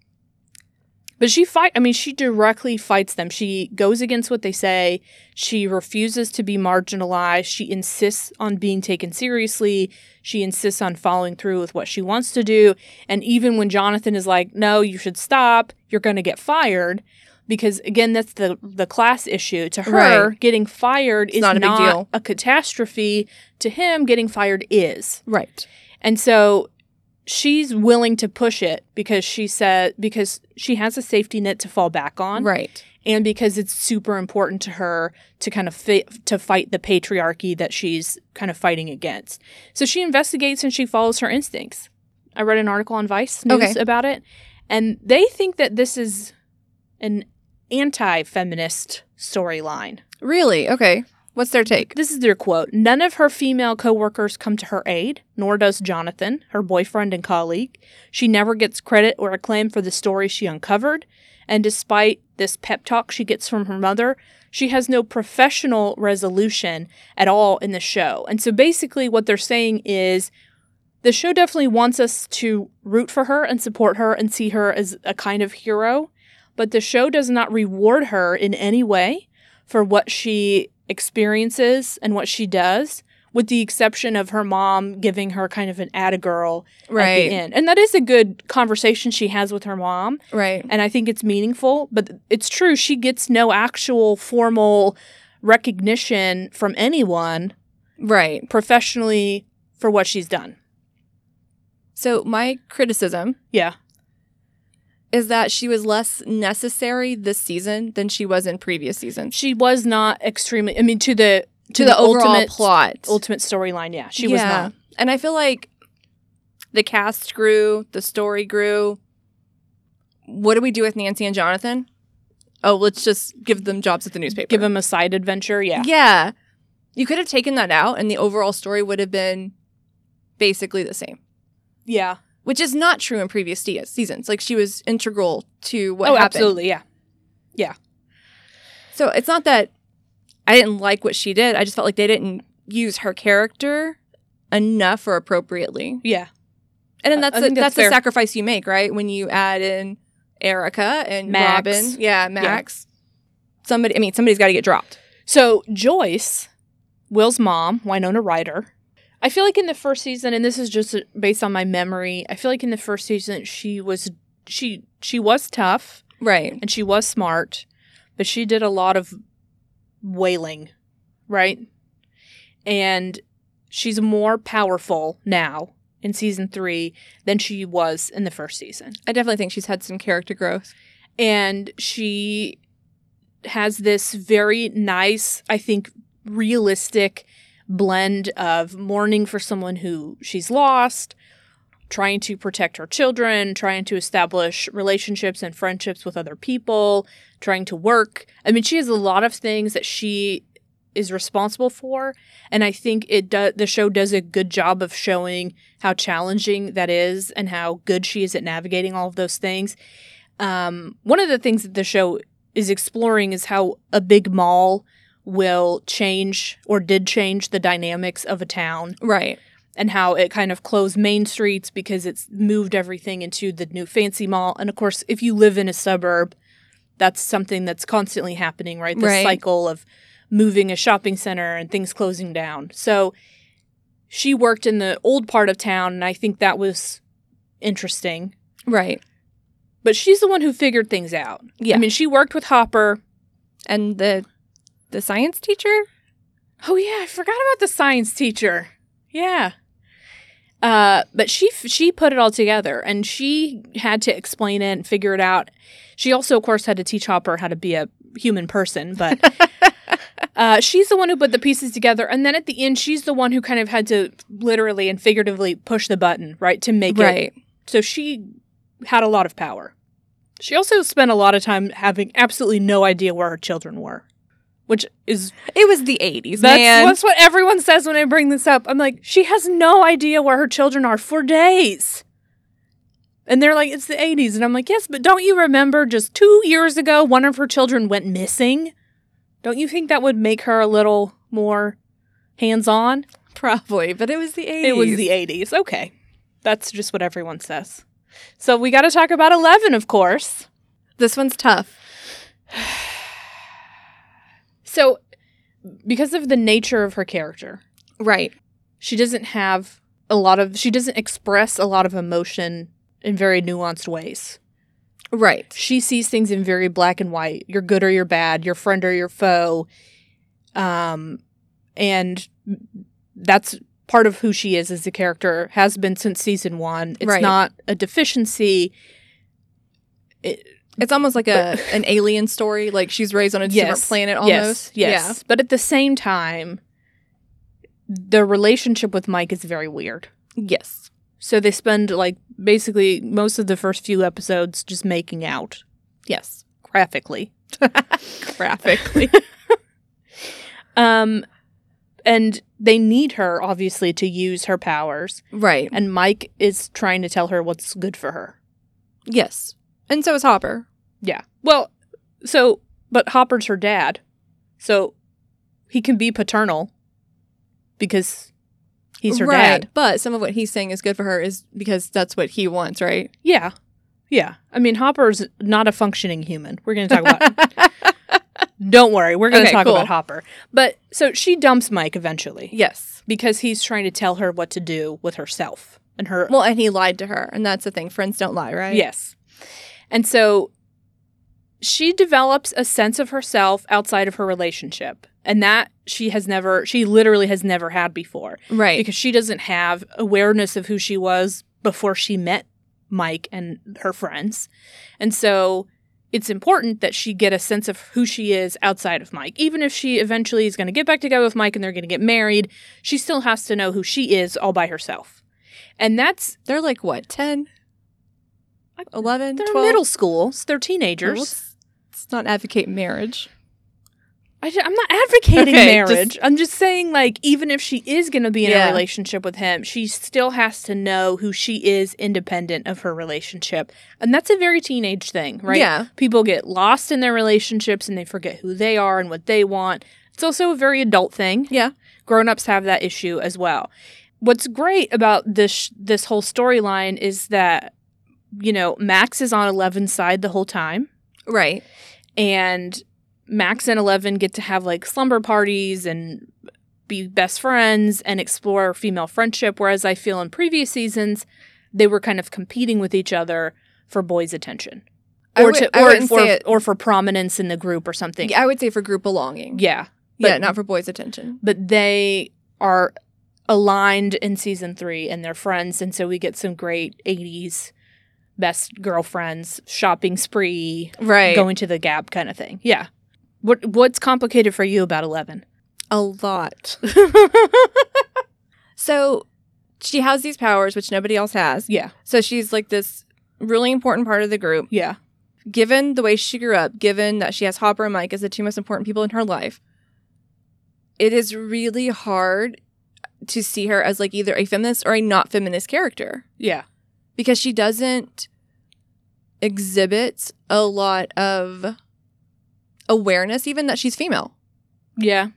Speaker 2: But she fight I mean she directly fights them. She goes against what they say. She refuses to be marginalized. She insists on being taken seriously. She insists on following through with what she wants to do. And even when Jonathan is like, "No, you should stop. You're going to get fired." Because again, that's the the class issue. To her,
Speaker 1: Right.
Speaker 2: getting fired
Speaker 1: It's
Speaker 2: is
Speaker 1: not a big deal.
Speaker 2: a catastrophe. To him, getting fired is.
Speaker 1: Right.
Speaker 2: And so she's willing to push it because she said because she has a safety net to fall back on
Speaker 1: Right.
Speaker 2: and because it's super important to her to kind of fi- to fight the patriarchy that she's kind of fighting against. So she investigates and she follows her instincts. I read an article on Vice News
Speaker 1: Okay.
Speaker 2: about it and they think that this is an anti-feminist storyline.
Speaker 1: Really? Okay. What's their take?
Speaker 2: This is their quote. None of her female coworkers come to her aid, nor does Jonathan, her boyfriend and colleague. She never gets credit or acclaim for the story she uncovered, and despite this pep talk she gets from her mother, she has no professional resolution at all in the show. And so basically what they're saying is the show definitely wants us to root for her and support her and see her as a kind of hero, but the show does not reward her in any way for what she experiences and what she does, with the exception of her mom giving her kind of an attagirl at the
Speaker 1: Right.
Speaker 2: end. And that is a good conversation she has with her mom,
Speaker 1: Right.
Speaker 2: and I think it's meaningful, but it's true she gets no actual formal recognition from anyone
Speaker 1: Right.
Speaker 2: professionally for what she's done.
Speaker 1: So my criticism
Speaker 2: Yeah.
Speaker 1: is that she was less necessary this season than she was in previous seasons
Speaker 2: She was not extremely. I mean, to the to,
Speaker 1: to the, overall
Speaker 2: ultimate
Speaker 1: plot.
Speaker 2: ultimate storyline. Yeah, she was
Speaker 1: Yeah.
Speaker 2: not.
Speaker 1: And I feel like the cast grew, the story grew. What do we do with Nancy and Jonathan? Oh, let's just give them jobs at the newspaper.
Speaker 2: Give him a side adventure. Yeah.
Speaker 1: yeah. You could have taken that out and the overall story would have been basically the same,
Speaker 2: Yeah.
Speaker 1: which is not true in previous se- seasons. Like she was integral to what
Speaker 2: oh,
Speaker 1: happened.
Speaker 2: absolutely. Yeah.
Speaker 1: So it's not that I didn't like what she did. I just felt like they didn't use her character enough or appropriately.
Speaker 2: Yeah.
Speaker 1: And then
Speaker 2: I-
Speaker 1: that's
Speaker 2: I
Speaker 1: the,
Speaker 2: think that's
Speaker 1: that's, the
Speaker 2: fair.
Speaker 1: sacrifice you make, right? When you add in Erica and
Speaker 2: Max.
Speaker 1: Robin, yeah, Max. Somebody, I mean, somebody's got to get dropped.
Speaker 2: So Joyce, Will's mom, Winona Ryder. I feel like in the first season, and this is just uh, based on my memory, I feel like in the first season she was she she was tough
Speaker 1: Right.
Speaker 2: and she was smart, but she did a lot of wailing, right? And she's more powerful now in season three than she was in the first season
Speaker 1: I definitely think she's had some character growth.
Speaker 2: and she has this very nice, I think, realistic blend of mourning for someone who she's lost, trying to protect her children, trying to establish relationships and friendships with other people, trying to work. I mean, she has a lot of things that she is responsible for, and I think it does the show does a good job of showing how challenging that is and how good she is at navigating all of those things um, one of the things that the show is exploring is how a big mall will change or did change the dynamics of a town
Speaker 1: Right.
Speaker 2: and how it kind of closed main streets because it's moved everything into the new fancy mall and of course if you live in a suburb that's something that's constantly happening right the
Speaker 1: Right.
Speaker 2: cycle of moving a shopping center and things closing down so she worked in the old part of town and i think that was interesting
Speaker 1: Right.
Speaker 2: but she's the one who figured things out
Speaker 1: Yeah.
Speaker 2: I mean, she worked with Hopper.
Speaker 1: and the the science teacher.
Speaker 2: Oh yeah, I forgot about the science teacher. Yeah. Uh, but she she put it all together, and she had to explain it and figure it out. She also, of course, had to teach Hopper how to be a human person. But uh, she's the one who put the pieces together, and then at the end, she's the one who kind of had to literally and figuratively push the button, right, to make it
Speaker 1: Right.
Speaker 2: So she had a lot of power. She also spent a lot of time having absolutely no idea where her children were, which is
Speaker 1: It was the eighties,
Speaker 2: that's,
Speaker 1: man.
Speaker 2: that's what everyone says when I bring this up. I'm like, she has no idea where her children are for days. And they're like, it's the 80s. And I'm like, yes, but don't you remember just two years ago, one of her children went missing? Don't you think that would make her a little more hands on?
Speaker 1: Probably, but it was the eighties.
Speaker 2: It was the 80s. Okay. That's just what everyone says. So we got to talk about 11, of course.
Speaker 1: This one's tough.
Speaker 2: So, because of the nature of her character,
Speaker 1: Right.
Speaker 2: she doesn't have a lot of, she doesn't express a lot of emotion in very nuanced ways.
Speaker 1: Right.
Speaker 2: She sees things in very black and white. You're good or you're bad, your friend or your foe. Um, and that's part of who she is as a character, has been since season one. It's
Speaker 1: Right.
Speaker 2: not a deficiency.
Speaker 1: It's almost like a an alien story. Like she's raised on a different
Speaker 2: Yes.
Speaker 1: planet almost.
Speaker 2: Yes, yes. But at the same time, the relationship with Mike is very weird.
Speaker 1: Yeah. Yes.
Speaker 2: So they spend like basically most of the first few episodes just making out
Speaker 1: Yes.
Speaker 2: graphically.
Speaker 1: Graphically.
Speaker 2: Um and they need her obviously to use her powers
Speaker 1: right.
Speaker 2: and Mike is trying to tell her what's good for her.
Speaker 1: Yes. And so is Hopper.
Speaker 2: Yeah. Well, so but Hopper's her dad. So he can be paternal because he's her
Speaker 1: right.
Speaker 2: dad.
Speaker 1: But some of what he's saying is good for her is because that's what he wants, right?
Speaker 2: Yeah. Yeah. I mean, Hopper's not a functioning human. We're going to talk about Don't worry. We're going to
Speaker 1: Okay,
Speaker 2: talk
Speaker 1: cool.
Speaker 2: about Hopper. But so she dumps Mike eventually
Speaker 1: Yes.
Speaker 2: because he's trying to tell her what to do with herself and her.
Speaker 1: Well, and he lied to her, and that's the thing. Friends don't lie, right?
Speaker 2: Yes. And so she develops a sense of herself outside of her relationship. And that she has never, she literally has never had before
Speaker 1: Right.
Speaker 2: because she doesn't have awareness of who she was before she met Mike and her friends. And so it's important that she get a sense of who she is outside of Mike. Even if she eventually is going to get back together with Mike and they're going to get married, she still has to know who she is all by herself. And that's
Speaker 1: They're like what, 10, 11,
Speaker 2: they're
Speaker 1: 12?
Speaker 2: middle school, so they're
Speaker 1: Well,
Speaker 2: teenagers.
Speaker 1: Let's, let's not advocate marriage.
Speaker 2: I, am not advocating
Speaker 1: Okay,
Speaker 2: marriage. I'm just saying, like, even if she is going to be in
Speaker 1: Yeah.
Speaker 2: a relationship with him, she still has to know who she is independent of her relationship. And that's a very teenage thing, right?
Speaker 1: Yeah.
Speaker 2: People get lost in their relationships and they forget who they are and what they want. It's also a very adult thing.
Speaker 1: Yeah.
Speaker 2: Grown ups have that issue as well. What's great about this this whole storyline is that, you know, Max is on 11's side the whole time
Speaker 1: Right.
Speaker 2: and Max and Eleven get to have like slumber parties and be best friends and explore female friendship. Whereas I feel in previous seasons, they were kind of competing with each other for boys' attention
Speaker 1: I
Speaker 2: or
Speaker 1: would-
Speaker 2: to,
Speaker 1: I
Speaker 2: or,
Speaker 1: wouldn't
Speaker 2: for,
Speaker 1: say it-
Speaker 2: or for prominence in the group or something.
Speaker 1: Yeah, I would say for group belonging.
Speaker 2: yeah.
Speaker 1: yeah,
Speaker 2: but-
Speaker 1: not for boys' attention.
Speaker 2: But they are aligned in season three and they're friends. And so we get some great 80s best girlfriends shopping spree
Speaker 1: Right.
Speaker 2: going to the gap kind of thing. Yeah. What what's complicated for you about Eleven?
Speaker 1: a lot. So she has these powers, which nobody else has.
Speaker 2: yeah.
Speaker 1: So she's like this really important part of the group.
Speaker 2: Yeah.
Speaker 1: Given the way she grew up, given that she has Hopper and Mike as the two most important people in her life, it is really hard to see her as like either a feminist or a not feminist character
Speaker 2: Yeah.
Speaker 1: because she doesn't exhibit a lot of awareness, even that she's female.
Speaker 2: Yeah.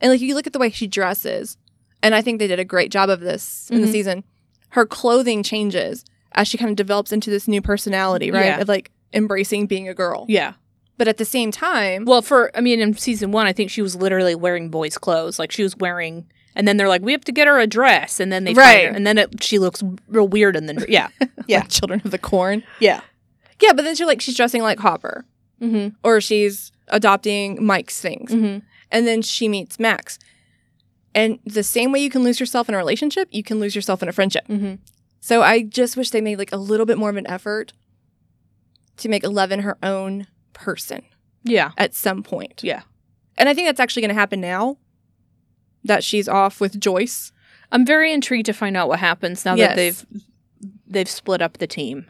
Speaker 1: And like you look at the way she dresses, and I think they did a great job of this in the
Speaker 2: Mhm.
Speaker 1: season. Her clothing changes as she kind of develops into this new personality, right?
Speaker 2: Yeah.
Speaker 1: Of like embracing being a girl.
Speaker 2: Yeah.
Speaker 1: But at the same time,
Speaker 2: Well, for I mean, in season one, I think she was literally wearing boys' clothes. Like she was wearing, and then they're like, "We have to get her a dress," and then they find
Speaker 1: Right.
Speaker 2: her, and then it, she looks real weird. And then yeah, yeah.
Speaker 1: like children of the corn.
Speaker 2: yeah.
Speaker 1: Yeah, but then she's like she's dressing like Hopper,
Speaker 2: Mm-hmm.
Speaker 1: or she's adopting Mike's things,
Speaker 2: Mm-hmm.
Speaker 1: and then she meets Max. And the same way you can lose yourself in a relationship, you can lose yourself in a friendship.
Speaker 2: Mm-hmm.
Speaker 1: So I just wish they made like a little bit more of an effort to make Eleven her own person.
Speaker 2: Yeah.
Speaker 1: at some point.
Speaker 2: Yeah.
Speaker 1: And I think that's actually going to happen now that she's off with Joyce.
Speaker 2: I'm very intrigued to find out what happens now
Speaker 1: Yes.
Speaker 2: that they've they've split up the team.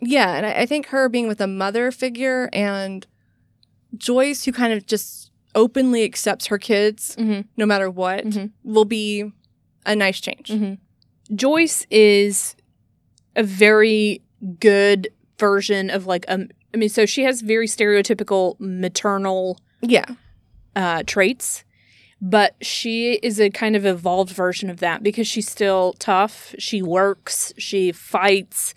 Speaker 1: Yeah. And I, I think her being with a mother figure and Joyce, who kind of just openly accepts her kids
Speaker 2: Mm-hmm. Mm-hmm.
Speaker 1: no matter what,
Speaker 2: Mhm.
Speaker 1: will be a nice change.
Speaker 2: Joyce is a very good version of like um I mean so she has very stereotypical maternal
Speaker 1: Yeah.
Speaker 2: uh traits but she is a kind of evolved version of that because she's still tough, she works, she fights,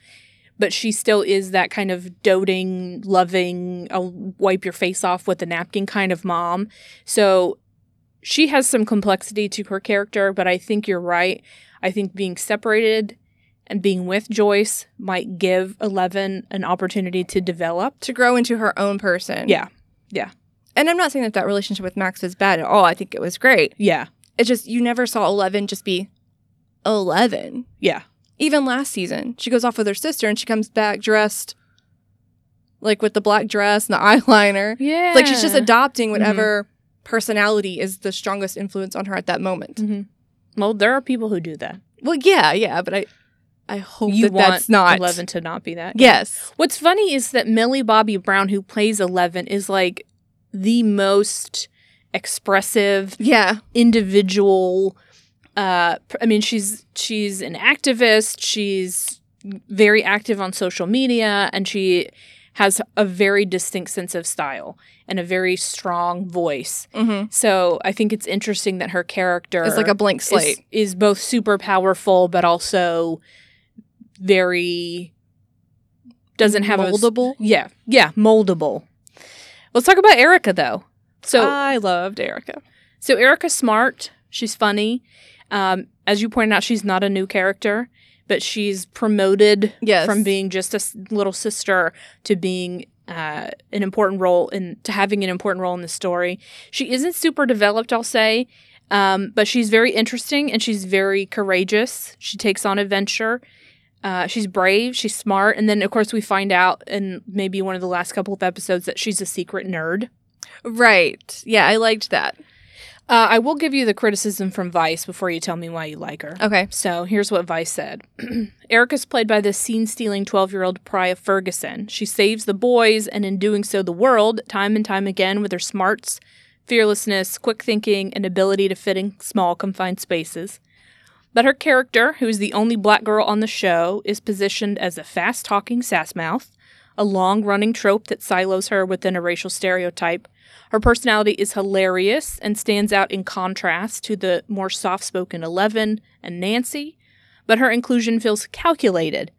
Speaker 2: but she still is that kind of doting, loving, I'll wipe your face off with a napkin kind of mom. So she has some complexity to her character, but I think you're right. I think being separated and being with Joyce might give Eleven an opportunity to develop.
Speaker 1: To grow into her own person.
Speaker 2: Yeah. Yeah.
Speaker 1: And I'm not saying that that relationship with Max was bad at all. I think it was great.
Speaker 2: Yeah.
Speaker 1: It's just you never saw 11 just be 11.
Speaker 2: Yeah.
Speaker 1: even last season, she goes off with her sister and she comes back dressed like with the black dress and the eyeliner.
Speaker 2: Yeah.
Speaker 1: It's like she's just adopting whatever personality is the strongest influence on her at that moment.
Speaker 2: hmm Well, there are people who do that.
Speaker 1: Well, yeah, yeah, but I I hope
Speaker 2: You
Speaker 1: that
Speaker 2: want
Speaker 1: that's not
Speaker 2: Eleven to not be that.
Speaker 1: Yes.
Speaker 2: What's funny is that Millie Bobby Brown, who plays Eleven, is like the most expressive
Speaker 1: Yeah.
Speaker 2: individual. Uh, pr- I mean, she's she's an activist. She's very active on social media, and she has a very distinct sense of style and a very strong voice.
Speaker 1: Mm-hmm.
Speaker 2: So I think it's interesting that her character
Speaker 1: It's like a blank slate.
Speaker 2: is, is both super powerful but also very doesn't have a
Speaker 1: moldable.
Speaker 2: yeah yeah moldable. Let's talk about Erica though. So
Speaker 1: I loved Erica.
Speaker 2: so Erica's smart. She's funny. Um, as you pointed out, she's not a new character, but she's promoted
Speaker 1: Yes.
Speaker 2: from being just a s- little sister to being uh, an important role in to having an important role in the story. She isn't super developed, I'll say, um, but she's very interesting and she's very courageous. She takes on adventure. Uh, she's brave, she's smart, and then of course we find out in maybe one of the last couple of episodes that she's a secret nerd.
Speaker 1: Right. Yeah, I liked that.
Speaker 2: Uh, I will give you the criticism from Vice before you tell me why you like her.
Speaker 1: Okay.
Speaker 2: So here's what Vice said Erica's played by the scene stealing 12 year old Pariah Ferguson. She saves the boys and, in doing so, the world time and time again with her smarts, fearlessness, quick thinking, and ability to fit in small, confined spaces. But her character, who is the only black girl on the show, is positioned as a fast talking sassmouth, a long running trope that silos her within a racial stereotype. Her personality is hilarious and stands out in contrast to the more soft spoken Eleven and Nancy, but her inclusion feels calculated,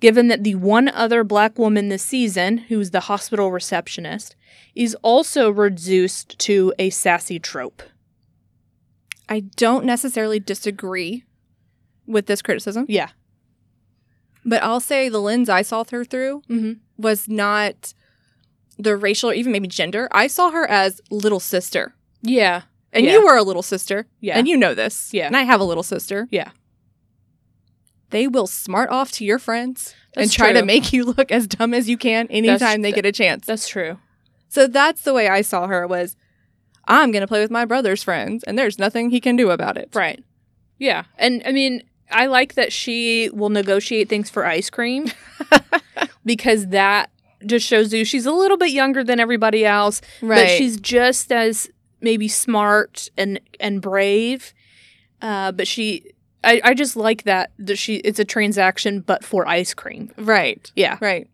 Speaker 2: given that the one other black woman this season, who is the hospital receptionist, is also reduced to a sassy trope.
Speaker 1: I don't necessarily disagree with this criticism,
Speaker 2: Yeah.
Speaker 1: but I'll say the lens I saw her through
Speaker 2: Mm-hmm.
Speaker 1: was not the racial or even maybe gender. I saw her as little sister.
Speaker 2: Yeah.
Speaker 1: And
Speaker 2: Yeah.
Speaker 1: you were a little sister.
Speaker 2: Yeah.
Speaker 1: And you know this.
Speaker 2: Yeah.
Speaker 1: And I have a little sister.
Speaker 2: Yeah.
Speaker 1: They will smart off to your friends and
Speaker 2: That's
Speaker 1: try to
Speaker 2: true.
Speaker 1: make you look as dumb as you can anytime they get a chance.
Speaker 2: That's true.
Speaker 1: So that's the way I saw her was I'm going to play with my brother's friends and there's nothing he can do about it.
Speaker 2: Right. Yeah. And I mean, I like that she will negotiate things for ice cream because that just shows you she's a little bit younger than everybody else,
Speaker 1: Right.
Speaker 2: but she's just as maybe smart and and brave. Uh, but she, I, I just like that that she it's a transaction, but for ice cream.
Speaker 1: right.
Speaker 2: Yeah.
Speaker 1: Right.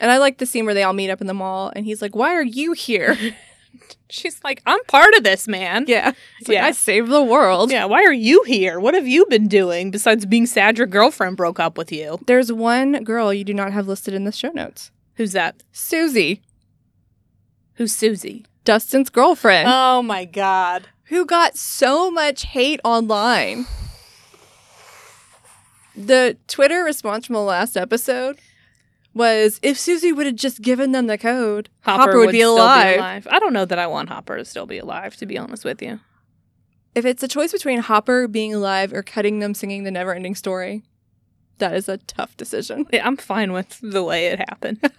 Speaker 1: And I like the scene where they all meet up in the mall and he's like, "Why are you here?"
Speaker 2: She's like, I'm part of this, man.
Speaker 1: yeah. It's like,
Speaker 2: Yeah.
Speaker 1: I saved the world.
Speaker 2: Yeah, why are you here? What have you been doing besides being sad your girlfriend broke up with you?
Speaker 1: There's one girl you do not have listed in the show notes.
Speaker 2: Who's that?
Speaker 1: Susie,
Speaker 2: Who's Susie?
Speaker 1: Dustin's girlfriend,
Speaker 2: Oh my god.
Speaker 1: who got so much hate online. The Twitter response from the last episode was if Susie would have just given them the code, Hopper, would, be,
Speaker 2: still
Speaker 1: alive.
Speaker 2: I don't know that I want Hopper to still be alive, to be honest with you.
Speaker 1: If it's a choice between Hopper being alive or cutting them singing the never ending story, that is a tough decision.
Speaker 2: Yeah, I'm fine with the way it happened.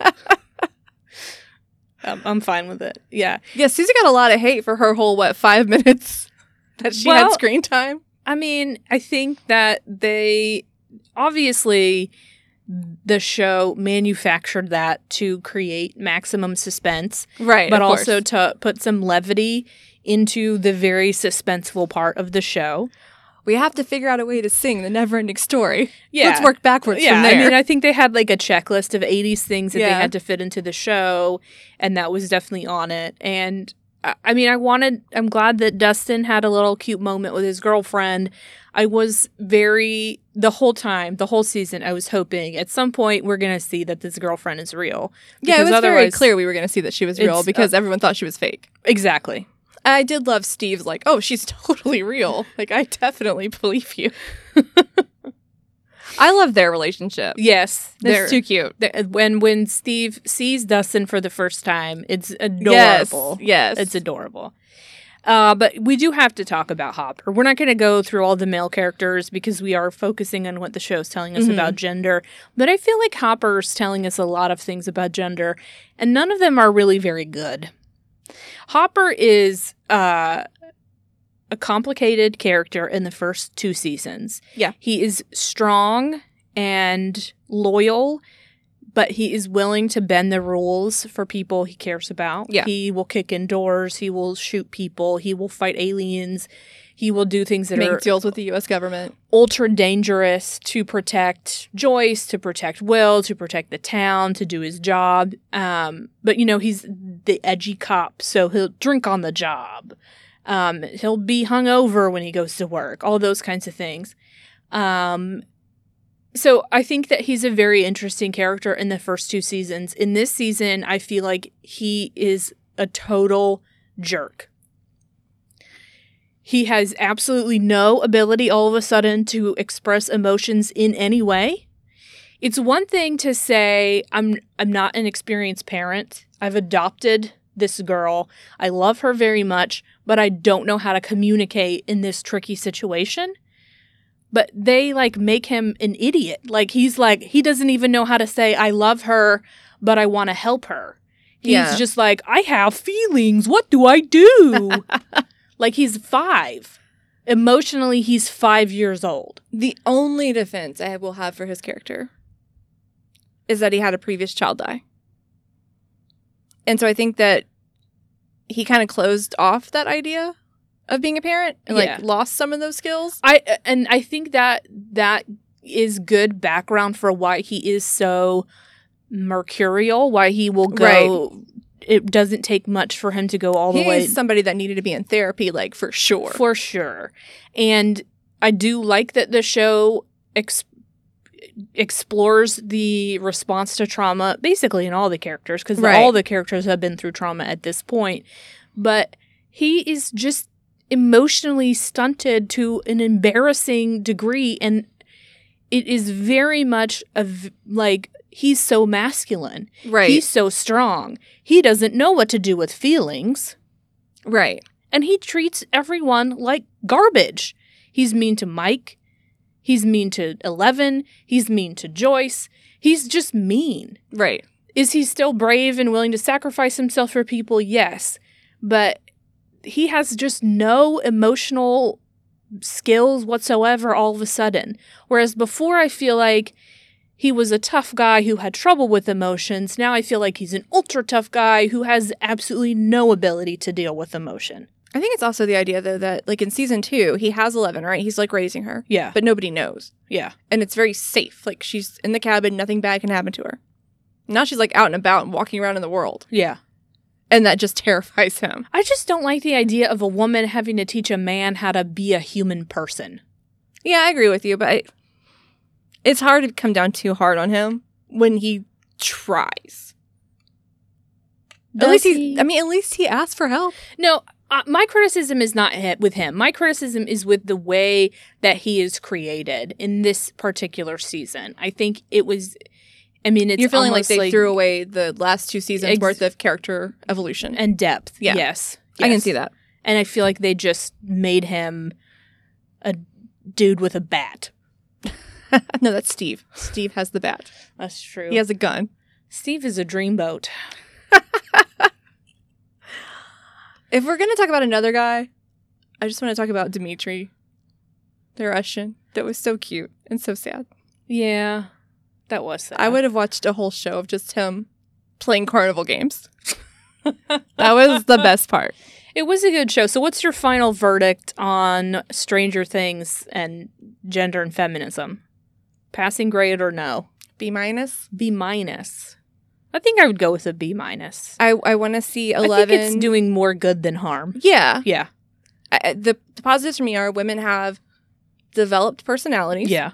Speaker 2: I'm, I'm fine with it. Yeah.
Speaker 1: Yeah, Susie got a lot of hate for her whole, what, five minutes that she had
Speaker 2: Well-
Speaker 1: screen time?
Speaker 2: I mean, I think that they obviously the show manufactured that to create maximum suspense,
Speaker 1: Right.
Speaker 2: but
Speaker 1: of course.
Speaker 2: also to put some levity into the very suspenseful part of the show.
Speaker 1: we have to figure out a way to sing the never ending story. Let's
Speaker 2: Yeah.
Speaker 1: work backwards
Speaker 2: yeah,
Speaker 1: from there.
Speaker 2: I mean, I think they had like a checklist of 80s things that they
Speaker 1: Yeah.
Speaker 2: had to fit into the show, and that was definitely on it. And I, I mean, I wanted, I'm glad that Dustin had a little cute moment with his girlfriend. I was very, the whole time, the whole season, I was hoping at some point we're going to see that this girlfriend is real.
Speaker 1: yeah, it
Speaker 2: because
Speaker 1: was very
Speaker 2: otherwise-
Speaker 1: clear we were going to see that she was
Speaker 2: It's,
Speaker 1: real because everyone thought she was fake.
Speaker 2: Exactly.
Speaker 1: I did love Steve's like, oh, she's totally real. Like, I definitely believe you. I love their relationship.
Speaker 2: Yes.
Speaker 1: They're too cute.
Speaker 2: th- when when Steve sees Dustin for the first time, it's adorable.
Speaker 1: Yes. yes.
Speaker 2: It's adorable. Uh, but we do have to talk about Hopper. We're not going to go through all the male characters because we are focusing on what the show's telling us
Speaker 1: Mhm.
Speaker 2: about gender. But I feel like Hopper's telling us a lot of things about gender, and none of them are really very good. Hopper is uh, a complicated character in the first two seasons.
Speaker 1: Yeah.
Speaker 2: He is strong and loyal, but he is willing to bend the rules for people he cares about.
Speaker 1: Yeah.
Speaker 2: He will kick in doors, he will shoot people, he will fight aliens, he will do things that
Speaker 1: Make
Speaker 2: are
Speaker 1: deals with the U.S. government.
Speaker 2: ultra dangerous to protect Joyce, to protect Will, to protect the town, to do his job. Um, but you know, he's the edgy cop, so he'll drink on the job. Um, he'll be hungover when he goes to work, all those kinds of things. Um, so I think that he's a very interesting character in the first two seasons. In this season, I feel like he is a total jerk. He has absolutely no ability all of a sudden to express emotions in any way. It's one thing to say I'm I'm not an experienced parent. I've adopted this girl. I love her very much, but I don't know how to communicate in this tricky situation. but they like make him an idiot. Like he's like he doesn't even know how to say I love her, but I want to help her. He's
Speaker 1: Yeah.
Speaker 2: just like I have feelings. What do I do? like he's 5. Emotionally he's 5 years old.
Speaker 1: The only defense I will have for his character is that he had a previous child die. And so I think that he kind of closed off that idea of being a parent and
Speaker 2: Yeah.
Speaker 1: like lost some of those skills.
Speaker 2: I and I think that that is good background for why he is so mercurial, why he will go it doesn't take much for him to go all the
Speaker 1: He
Speaker 2: way
Speaker 1: is somebody that needed to be in therapy, like for sure.
Speaker 2: For sure. And I do like that the show ex- explores the response to trauma, basically in all the characters, because
Speaker 1: Right.
Speaker 2: all the characters have been through trauma at this point. But he is just emotionally stunted to an embarrassing degree. And it is very much of like, he's so masculine.
Speaker 1: right.
Speaker 2: He's so strong. He doesn't know what to do with feelings
Speaker 1: right.
Speaker 2: and he treats everyone like garbage. He's mean to Mike. He's mean to Eleven. He's mean to Joyce. He's just mean.
Speaker 1: Right.
Speaker 2: Is he still brave and willing to sacrifice himself for people? Yes. But he has just no emotional skills whatsoever all of a sudden. Whereas before, I feel like he was a tough guy who had trouble with emotions. Now I feel like he's an ultra tough guy who has absolutely no ability to deal with emotion.
Speaker 1: I think it's also the idea though that like in season two, he has eleven, right? He's like raising her,
Speaker 2: Yeah.
Speaker 1: but nobody knows.
Speaker 2: Yeah.
Speaker 1: and it's very safe. Like she's in the cabin, nothing bad can happen to her. Now she's like out and about and walking around in the world,
Speaker 2: Yeah.
Speaker 1: and that just terrifies him.
Speaker 2: I just don't like the idea of a woman having to teach a man how to be a human person.
Speaker 1: Yeah, I agree with you, but I, it's hard to come down too hard on him when he tries. at least he's. I mean, at least he asked for help.
Speaker 2: no, uh, my criticism is not hit with him. My criticism is with the way that he is created in this particular season. I think it was. I mean, it's
Speaker 1: You're feeling like
Speaker 2: almost
Speaker 1: they threw away the last two seasons
Speaker 2: Ex-
Speaker 1: worth of character evolution.
Speaker 2: and depth.
Speaker 1: Yeah.
Speaker 2: Yes,
Speaker 1: I can
Speaker 2: Yes.
Speaker 1: see that.
Speaker 2: and I feel like they just made him a dude with a bat.
Speaker 1: no, that's Steve. Steve has the bat.
Speaker 2: That's true.
Speaker 1: He has a gun.
Speaker 2: Steve is a dreamboat.
Speaker 1: If we're gonna talk about another guy, I just want to talk about Dimitri, the Russian that was so cute and so sad.
Speaker 2: Yeah, that was. Sad.
Speaker 1: I would have watched a whole show of just him playing carnival games. that was the best part.
Speaker 2: It was a good show. So, what's your final verdict on Stranger Things and gender and feminism? Passing grade or no?
Speaker 1: B minus.
Speaker 2: B minus. I think I would go with a B minus.
Speaker 1: I I want to see
Speaker 2: I
Speaker 1: eleven.
Speaker 2: think it's doing more good than harm.
Speaker 1: yeah,
Speaker 2: Yeah.
Speaker 1: I, I- the, the positives for me are women have developed personalities.
Speaker 2: Yeah.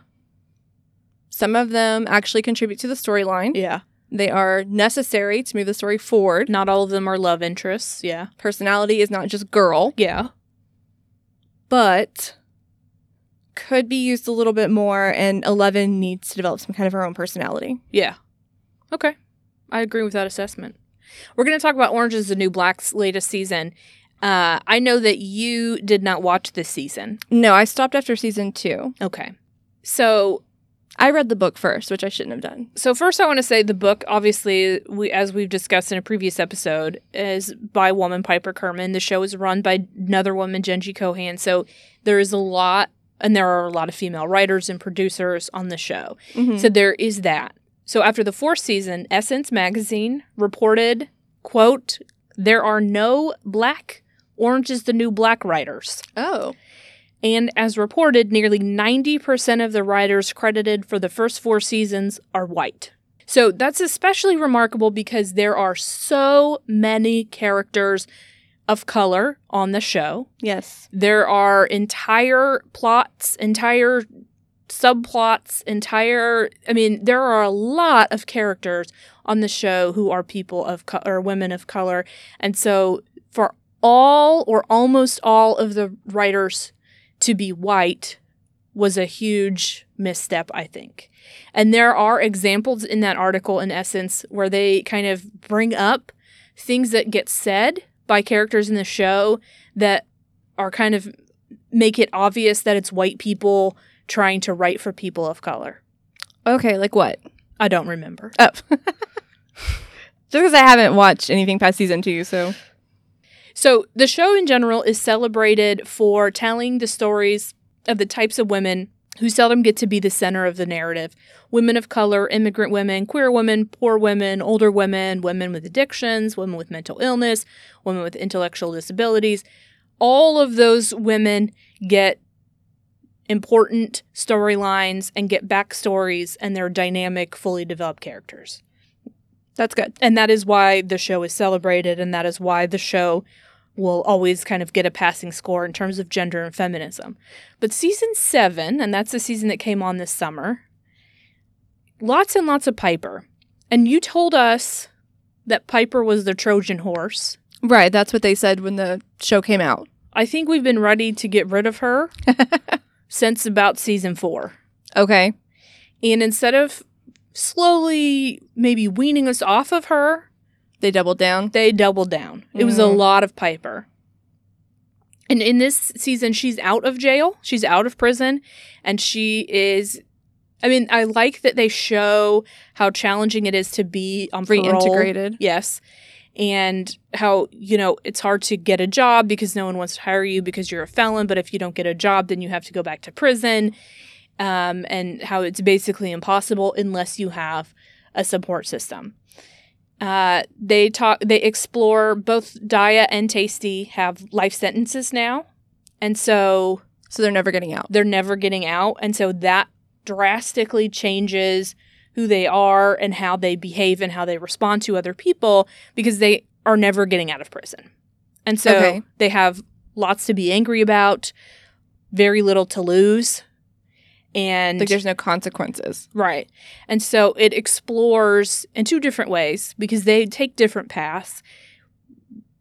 Speaker 1: some of them actually contribute to the storyline.
Speaker 2: Yeah.
Speaker 1: They are necessary to move the story forward.
Speaker 2: Not all of them are love interests. Yeah.
Speaker 1: Personality is not just girl.
Speaker 2: Yeah.
Speaker 1: but could be used a little bit more and 11 needs to develop some kind of her own personality
Speaker 2: Yeah. Okay. I agree with that assessment. We're going to talk about Orange is the New Black's latest season. Uh, I know that you did not watch this season.
Speaker 1: no i stopped after season two
Speaker 2: Okay. So
Speaker 1: i read the book first which i shouldn't have done
Speaker 2: So first, I want to say the book, obviously, we as we've discussed in a previous episode, is by woman Piper Kerman. The show is run by another woman, Genji Cohan. So there is a lot, and there are a lot of female writers and producers on the show.
Speaker 1: So-
Speaker 2: So there is that. So after the fourth season, Essence magazine reported, "quote There are no black. Orange is the new black writers."
Speaker 1: oh
Speaker 2: And as reported, nearly 90% of the writers credited for the first four seasons are white. So that's especially remarkable because there are so many characters of color on the show.
Speaker 1: yes
Speaker 2: There are entire plots, entire subplots, entire I mean, there are a lot of characters on the show who are people of co- or women of color. And so for all or almost all of the writers to be white was a huge misstep, I think. And there are examples in that article in essence where they kind of bring up things that get said by characters in the show that are kind of make it obvious that it's white people trying to write for people of color.
Speaker 1: Okay, like what?
Speaker 2: I don't remember.
Speaker 1: Oh. Just because I haven't watched anything past season two, so
Speaker 2: So the show in general is celebrated for telling the stories of the types of women who seldom get to be the center of the narrative women of color, immigrant women, queer women, poor women, older women, women with addictions, women with mental illness, women with intellectual disabilities. All of those women get important storylines and get backstories, and they're dynamic, fully developed characters.
Speaker 1: that's good.
Speaker 2: And that is why the show is celebrated, and that is why the show will always kind of get a passing score in terms of gender and feminism. But season seven, and that's the season that came on this summer, lots and lots of Piper. And you told us that Piper was the Trojan horse.
Speaker 1: Right, that's what they said when the show came out.
Speaker 2: I think we've been ready to get rid of her since about season four.
Speaker 1: Okay.
Speaker 2: And instead of slowly maybe weaning us off of her,
Speaker 1: They doubled down.
Speaker 2: they doubled down. It was a
Speaker 1: Mhm.
Speaker 2: lot of Piper. And in this season, she's out of jail, she's out of prison, and she is. I mean, I like that they show how challenging it is to be on parole.
Speaker 1: Reintegrated.
Speaker 2: Yes. And how, you know, it's hard to get a job because no one wants to hire you because you're a felon. But if you don't get a job, then you have to go back to prison. Um, and how it's basically impossible unless you have a support system. Uh, they talk, they explore both Daya and Tasty have life sentences now. And so
Speaker 1: So they're never getting out.
Speaker 2: they're never getting out. And so that drastically changes who they are and how they behave and how they respond to other people because they are never getting out of prison. And so
Speaker 1: Okay.
Speaker 2: they have lots to be angry about, very little to lose. And
Speaker 1: Like there's no consequences.
Speaker 2: Right. And so it explores in two different ways because they take different paths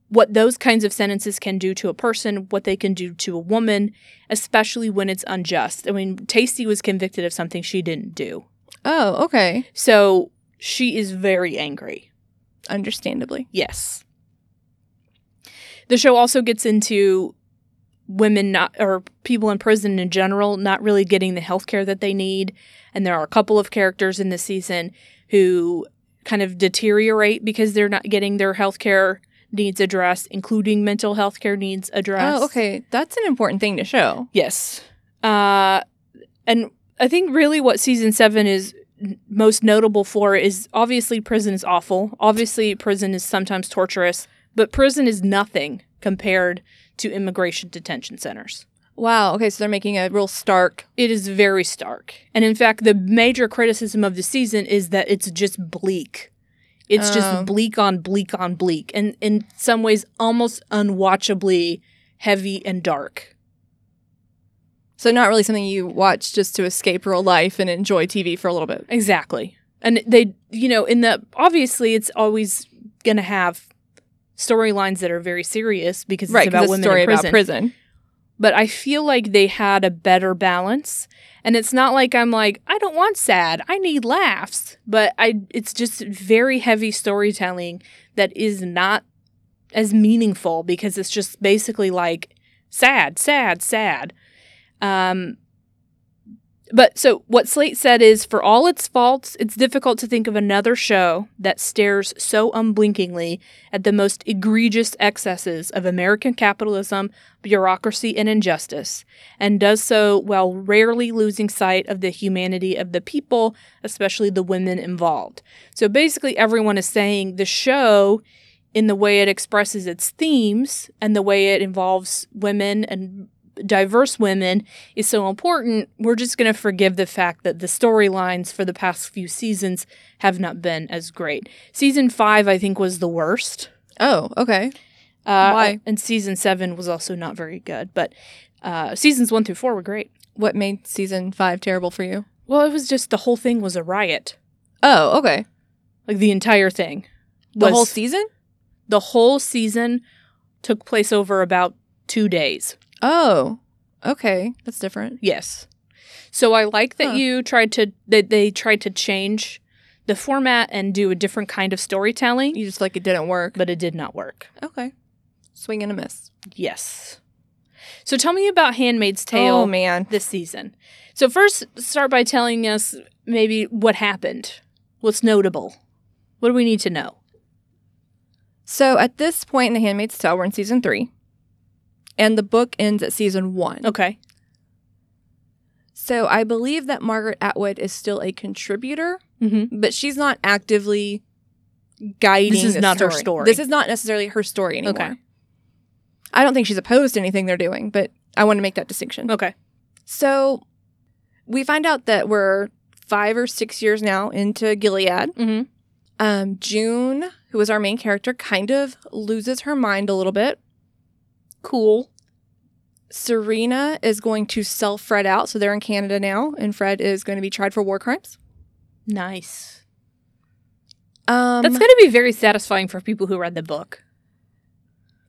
Speaker 2: what those kinds of sentences can do to a person, what they can do to a woman, especially when it's unjust. I mean, Tasty was convicted of something she didn't do.
Speaker 1: Oh, okay.
Speaker 2: So she is very angry.
Speaker 1: Understandably.
Speaker 2: Yes. The show also gets into women not or people in prison in general not really getting the health care that they need. And there are a couple of characters in this season who kind of deteriorate because they're not getting their health care needs addressed, including mental health care needs addressed.
Speaker 1: Oh, okay. That's an important thing to show.
Speaker 2: Yes. Uh, and I think really what season seven is n- most notable for is obviously prison is awful. Obviously, prison is sometimes torturous, but prison is nothing compared to immigration detention centers.
Speaker 1: Wow. Okay, so they're making a real stark.
Speaker 2: It is very stark. And in fact, the major criticism of the season is that it's just bleak. It's
Speaker 1: Oh.
Speaker 2: just bleak on bleak on bleak, and in some ways, almost unwatchably heavy and dark.
Speaker 1: So not really something you watch just to escape real life and enjoy TV for a little bit.
Speaker 2: Exactly. And they, you know, in the obviously it's always going to have storylines that are very serious because
Speaker 1: right.
Speaker 2: it's
Speaker 1: 'cause
Speaker 2: about
Speaker 1: it's
Speaker 2: women
Speaker 1: a story
Speaker 2: in prison.
Speaker 1: about prison.
Speaker 2: But I feel like they had a better balance. And it's not like I'm like I don't want sad. I need laughs. But I it's just very heavy storytelling that is not as meaningful because it's just basically like sad, sad, sad. Um, but so what Slate said is for all its faults, it's difficult to think of another show that stares so unblinkingly at the most egregious excesses of American capitalism, bureaucracy, and injustice, and does so while rarely losing sight of the humanity of the people, especially the women involved. So basically, everyone is saying the show, in the way it expresses its themes and the way it involves women and diverse women, is so important. We're just going to forgive the fact that the storylines for the past few seasons have not been as great. Season five, I think, was the worst.
Speaker 1: Oh, okay.
Speaker 2: Uh,
Speaker 1: Why?
Speaker 2: And season seven was also not very good, but uh, seasons one through four were great.
Speaker 1: What made season five terrible for you?
Speaker 2: Well, it was just the whole thing was a riot.
Speaker 1: Oh, okay.
Speaker 2: Like the entire thing.
Speaker 1: The
Speaker 2: was-
Speaker 1: whole season?
Speaker 2: the whole season took place over about two days.
Speaker 1: Oh, okay. That's different.
Speaker 2: Yes. So I like that
Speaker 1: Huh.
Speaker 2: you tried to that they tried to change the format and do a different kind of storytelling,
Speaker 1: You just feel like it didn't work.
Speaker 2: but it did not work.
Speaker 1: Okay. Swing and a miss.
Speaker 2: Yes. So tell me about Handmaid's Tale
Speaker 1: Oh man.
Speaker 2: this season. So first, start by telling us maybe what happened. What's notable? What do we need to know?
Speaker 1: So at this point in The Handmaid's Tale, we're in season three, and the book ends at season one.
Speaker 2: Okay.
Speaker 1: So I believe that Margaret Atwood is still a contributor,
Speaker 2: Mm-hmm.
Speaker 1: but she's not actively guiding.
Speaker 2: This is
Speaker 1: the
Speaker 2: not her story.
Speaker 1: This is not necessarily her story anymore.
Speaker 2: Okay.
Speaker 1: I don't think she's opposed to anything they're doing, but I want to make that distinction.
Speaker 2: Okay.
Speaker 1: So we find out that we're five or six years now into Gilead.
Speaker 2: Mm-hmm.
Speaker 1: Um, June, who is our main character, kind of loses her mind a little bit.
Speaker 2: Cool.
Speaker 1: Serena is going to sell Fred out. So they're in Canada now, and Fred is going to be tried for war crimes.
Speaker 2: Nice.
Speaker 1: Um,
Speaker 2: That's going to be very satisfying for people who read the book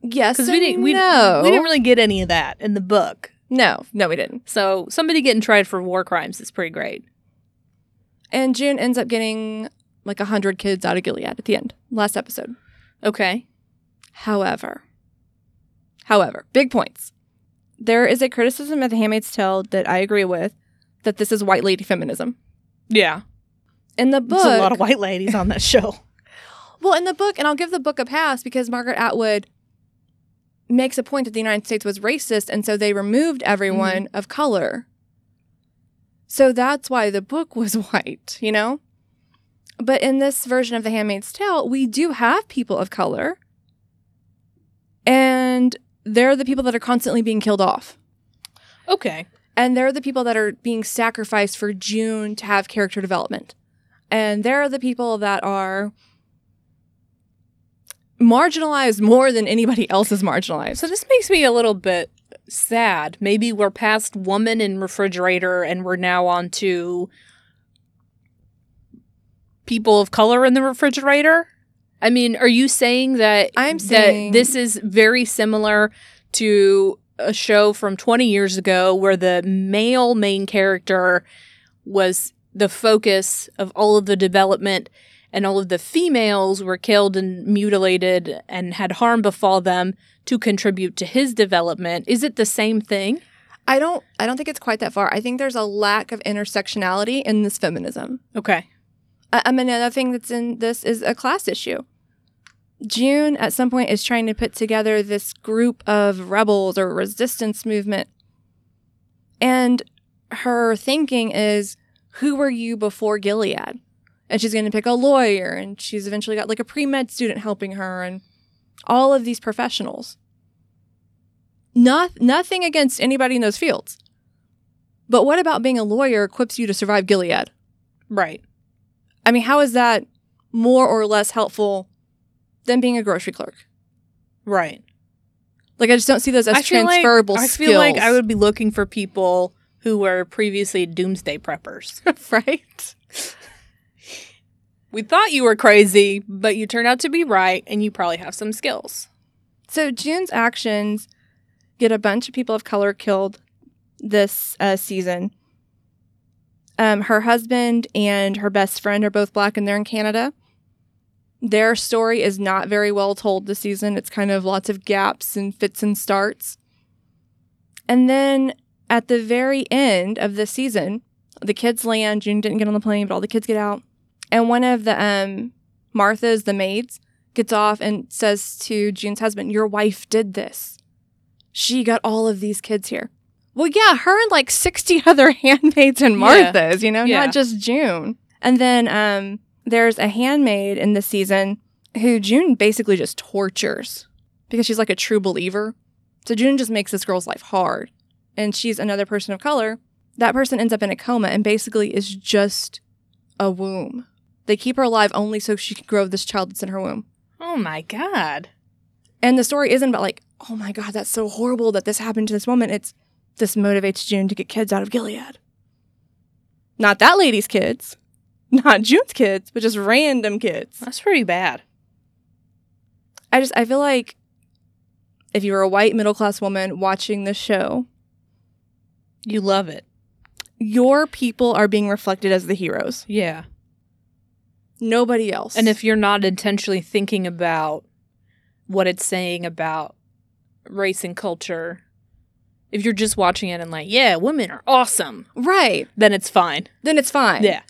Speaker 1: Yes,
Speaker 2: because we didn't we,
Speaker 1: no.
Speaker 2: we didn't really get any of that in the book.
Speaker 1: no, no, we didn't.
Speaker 2: So somebody getting tried for war crimes is pretty great.
Speaker 1: And June ends up getting like a hundred kids out of Gilead at the end, last episode.
Speaker 2: Okay.
Speaker 1: However, however, big points. There is a criticism at The Handmaid's Tale that I agree with, that this is white lady feminism.
Speaker 2: Yeah.
Speaker 1: In the book,
Speaker 2: There's a lot of white ladies on that show.
Speaker 1: Well, in the book, and I'll give the book a pass because Margaret Atwood makes a point that the United States was racist, and so they removed everyone of color. So that's why the book was white, you know? But in this version of The Handmaid's Tale, we do have people of color, and they're the people that are constantly being killed off.
Speaker 2: Okay.
Speaker 1: And they're the people that are being sacrificed for June to have character development. And they're the people that are marginalized more than anybody else is marginalized.
Speaker 2: So this makes me a little bit sad. Maybe we're past woman in refrigerator and we're now on to people of color in the refrigerator. I mean, are you saying that
Speaker 1: I'm
Speaker 2: that
Speaker 1: saying-
Speaker 2: this is very similar to a show from 20 years ago where the male main character was the focus of all of the development and all of the females were killed and mutilated and had harm befall them to contribute to his development. Is it the same thing?
Speaker 1: I don't I don't think it's quite that far. I think there's a lack of intersectionality in this feminism.
Speaker 2: Okay.
Speaker 1: I, I mean, another thing that's in this is a class issue. June at some point is trying to put together this group of rebels or resistance movement. And her thinking is, who were you before Gilead? And she's going to pick a lawyer, and she's eventually got like a pre med student helping her, and all of these professionals. Not, nothing against anybody in those fields. But what about being a lawyer equips you to survive Gilead?
Speaker 2: Right.
Speaker 1: I mean, how is that more or less helpful than being a grocery clerk?
Speaker 2: Right.
Speaker 1: Like, I just don't see those as
Speaker 2: I feel like-
Speaker 1: transferable
Speaker 2: I
Speaker 1: skills.
Speaker 2: feel like I would be looking for people who were previously doomsday preppers.
Speaker 1: right?
Speaker 2: we thought you were crazy, but you turned out to be right and you probably have some skills.
Speaker 1: So June's actions get a bunch of people of color killed this uh, season. Um, her husband and her best friend are both black, and they're in Canada. Their story is not very well told this season. It's kind of lots of gaps and fits and starts. And then at the very end of the season, the kids land. June didn't get on the plane, but all the kids get out. And one of the um, Martha's, the maids, gets off and says to June's husband, Your wife did this. She got all of these kids here. Well, yeah, her and like 60 other handmaids and
Speaker 2: Yeah.
Speaker 1: Martha's, you know,
Speaker 2: Yeah.
Speaker 1: not just June. And then um, there's a handmaid in the season who June basically just tortures because she's like a true believer. So June just makes this girl's life hard. And she's another person of color. That person ends up in a coma and basically is just a womb. They keep her alive only so she can grow this child that's in her womb.
Speaker 2: Oh my God.
Speaker 1: And the story isn't about like, oh my god, that's so horrible that this happened to this woman. It's this motivates June to get kids out of Gilead. Not that lady's kids, not June's kids, but just random kids.
Speaker 2: That's pretty bad.
Speaker 1: I just I feel like if you were a white middle class woman watching this show,
Speaker 2: You love it.
Speaker 1: your people are being reflected as the heroes.
Speaker 2: Yeah.
Speaker 1: Nobody else.
Speaker 2: And if you're not intentionally thinking about what it's saying about race and culture, If you're just watching it and like, yeah, women are awesome,
Speaker 1: Right.
Speaker 2: then it's fine.
Speaker 1: Then it's fine.
Speaker 2: Yeah.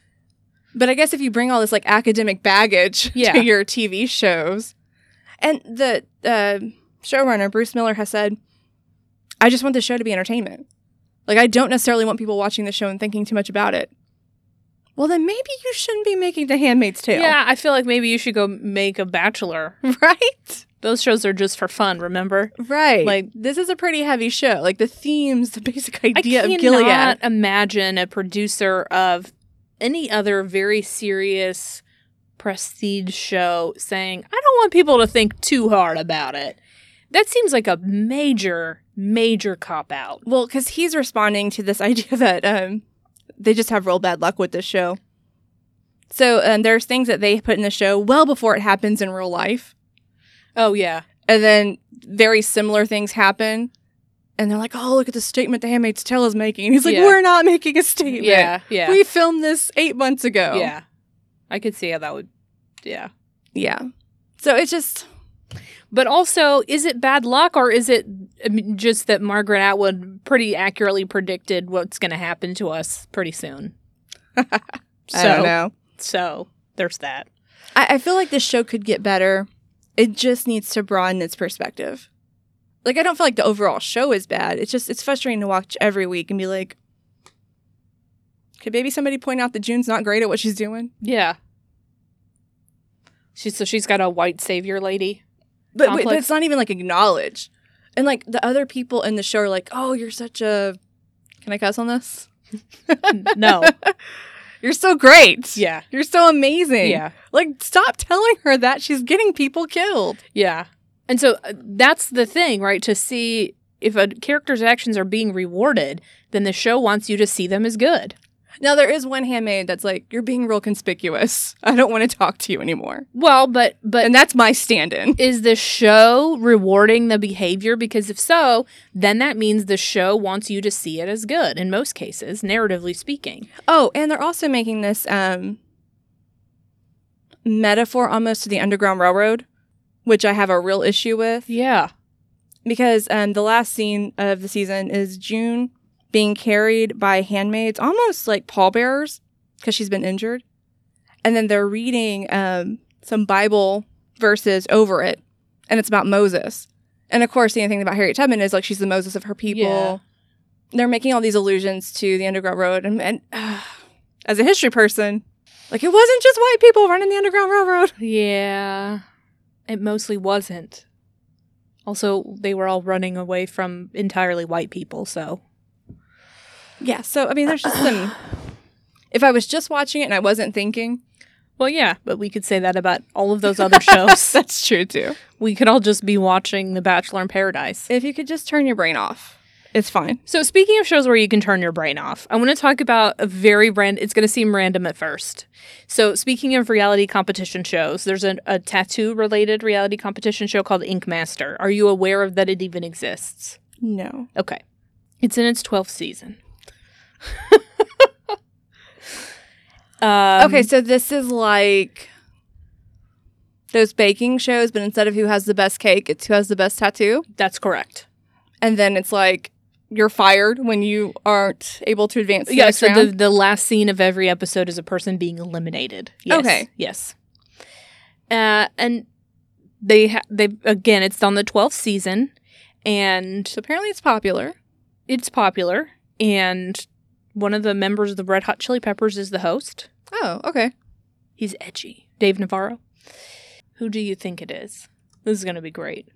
Speaker 1: But I guess if you bring all this like academic baggage
Speaker 2: Yeah.
Speaker 1: to your TV shows, and the uh, showrunner Bruce Miller has said, "I just want the show to be entertainment. Like I don't necessarily want people watching the show and thinking too much about it." Well, then maybe you shouldn't be making The Handmaid's Tale.
Speaker 2: Yeah, I feel like maybe you should go make a bachelor.
Speaker 1: Right.
Speaker 2: Those shows are just for fun, remember?
Speaker 1: Right.
Speaker 2: Like-
Speaker 1: Like this is a pretty heavy show. Like the themes, the basic idea
Speaker 2: I
Speaker 1: of Gilead.
Speaker 2: cannot imagine a producer of any other very serious prestige show saying, I don't want people to think too hard about it. That seems like a major, major cop out.
Speaker 1: Well, because he's responding to this idea that um, they just have real bad luck with this show. So um, there's things that they put in the show well before it happens in real life,
Speaker 2: Oh, yeah.
Speaker 1: and then very similar things happen, and they're like, "Oh, look at the statement the Handmaid's Tale is making." And he's like,
Speaker 2: Yeah.
Speaker 1: "We're not making a statement.
Speaker 2: Yeah, yeah.
Speaker 1: we filmed this eight months ago.
Speaker 2: Yeah. I could see how that would, yeah.
Speaker 1: yeah." So it's just
Speaker 2: But also, is it bad luck or is it I mean, just that Margaret Atwood pretty accurately predicted what's going to happen to us pretty soon? so,
Speaker 1: I don't know.
Speaker 2: so there's that.
Speaker 1: I, I feel like this show could get better. It just needs to broaden its perspective. Like I don't feel like the overall show is bad. It's just it's frustrating to watch every week and be like, could maybe somebody point out that June's not great at what she's doing?
Speaker 2: Yeah. She's so she's got a white savior lady.
Speaker 1: But wait, but
Speaker 2: Complex.
Speaker 1: it's not even like acknowledged. And like the other people in the show are like, oh, you're such a. Can I cuss on this?
Speaker 2: no.
Speaker 1: You're so great.
Speaker 2: Yeah.
Speaker 1: You're so amazing.
Speaker 2: Yeah.
Speaker 1: Like, stop telling her that. She's getting people killed.
Speaker 2: Yeah. And so uh, that's the thing, right? To see if a character's actions are being rewarded, then the show wants you to see them as good.
Speaker 1: Now there is one handmaid that's like, "You're being real conspicuous. I don't want to talk to you anymore,"
Speaker 2: Well, but but
Speaker 1: and that's my stand-in.
Speaker 2: is the show rewarding the behavior? Because if so, then that means the show wants you to see it as good in most cases, narratively speaking.
Speaker 1: Oh, and they're also making this um, metaphor almost to the Underground Railroad, which I have a real issue with
Speaker 2: Yeah.
Speaker 1: because um, the last scene of the season is June being carried by handmaids, almost like pallbearers, because she's been injured, and then they're reading um, some Bible verses over it, and it's about Moses. And of course, the thing about Harriet Tubman is like she's the Moses of her people.
Speaker 2: Yeah.
Speaker 1: They're making all these allusions to the Underground Road, and, and as a history person, like it wasn't just white people running the Underground Railroad.
Speaker 2: Yeah. It mostly wasn't. Also, they were all running away from entirely white people, so.
Speaker 1: Yeah, so I mean, there's just some. If I was just watching it and I wasn't thinking,
Speaker 2: Well, yeah, but we could say that about all of those other shows.
Speaker 1: That's true too.
Speaker 2: we could all just be watching The Bachelor in Paradise.
Speaker 1: If you could just turn your brain off, it's fine.
Speaker 2: So speaking of shows where you can turn your brain off, I want to talk about a very brand. It's going to seem random at first. So speaking of reality competition shows, there's an, a tattoo-related reality competition show called Ink Master. Are you aware of that it even exists?
Speaker 1: No.
Speaker 2: Okay, it's in its twelfth season. um,
Speaker 1: okay, so this is like those baking shows, but instead of who has the best cake, it's who has the best tattoo.
Speaker 2: that's correct.
Speaker 1: And then it's like you're fired when you aren't able to advance. To the
Speaker 2: Yeah,
Speaker 1: next
Speaker 2: so the,
Speaker 1: round.
Speaker 2: the last scene of every episode is a person being eliminated. Yes.
Speaker 1: Okay.
Speaker 2: Yes. Uh, and they ha- they again, it's on the twelfth season, and
Speaker 1: So apparently it's popular.
Speaker 2: it's popular. And one of the members of the Red Hot Chili Peppers is the host.
Speaker 1: Oh, okay.
Speaker 2: He's edgy, Dave Navarro. Who do you think it is? This is going to be great.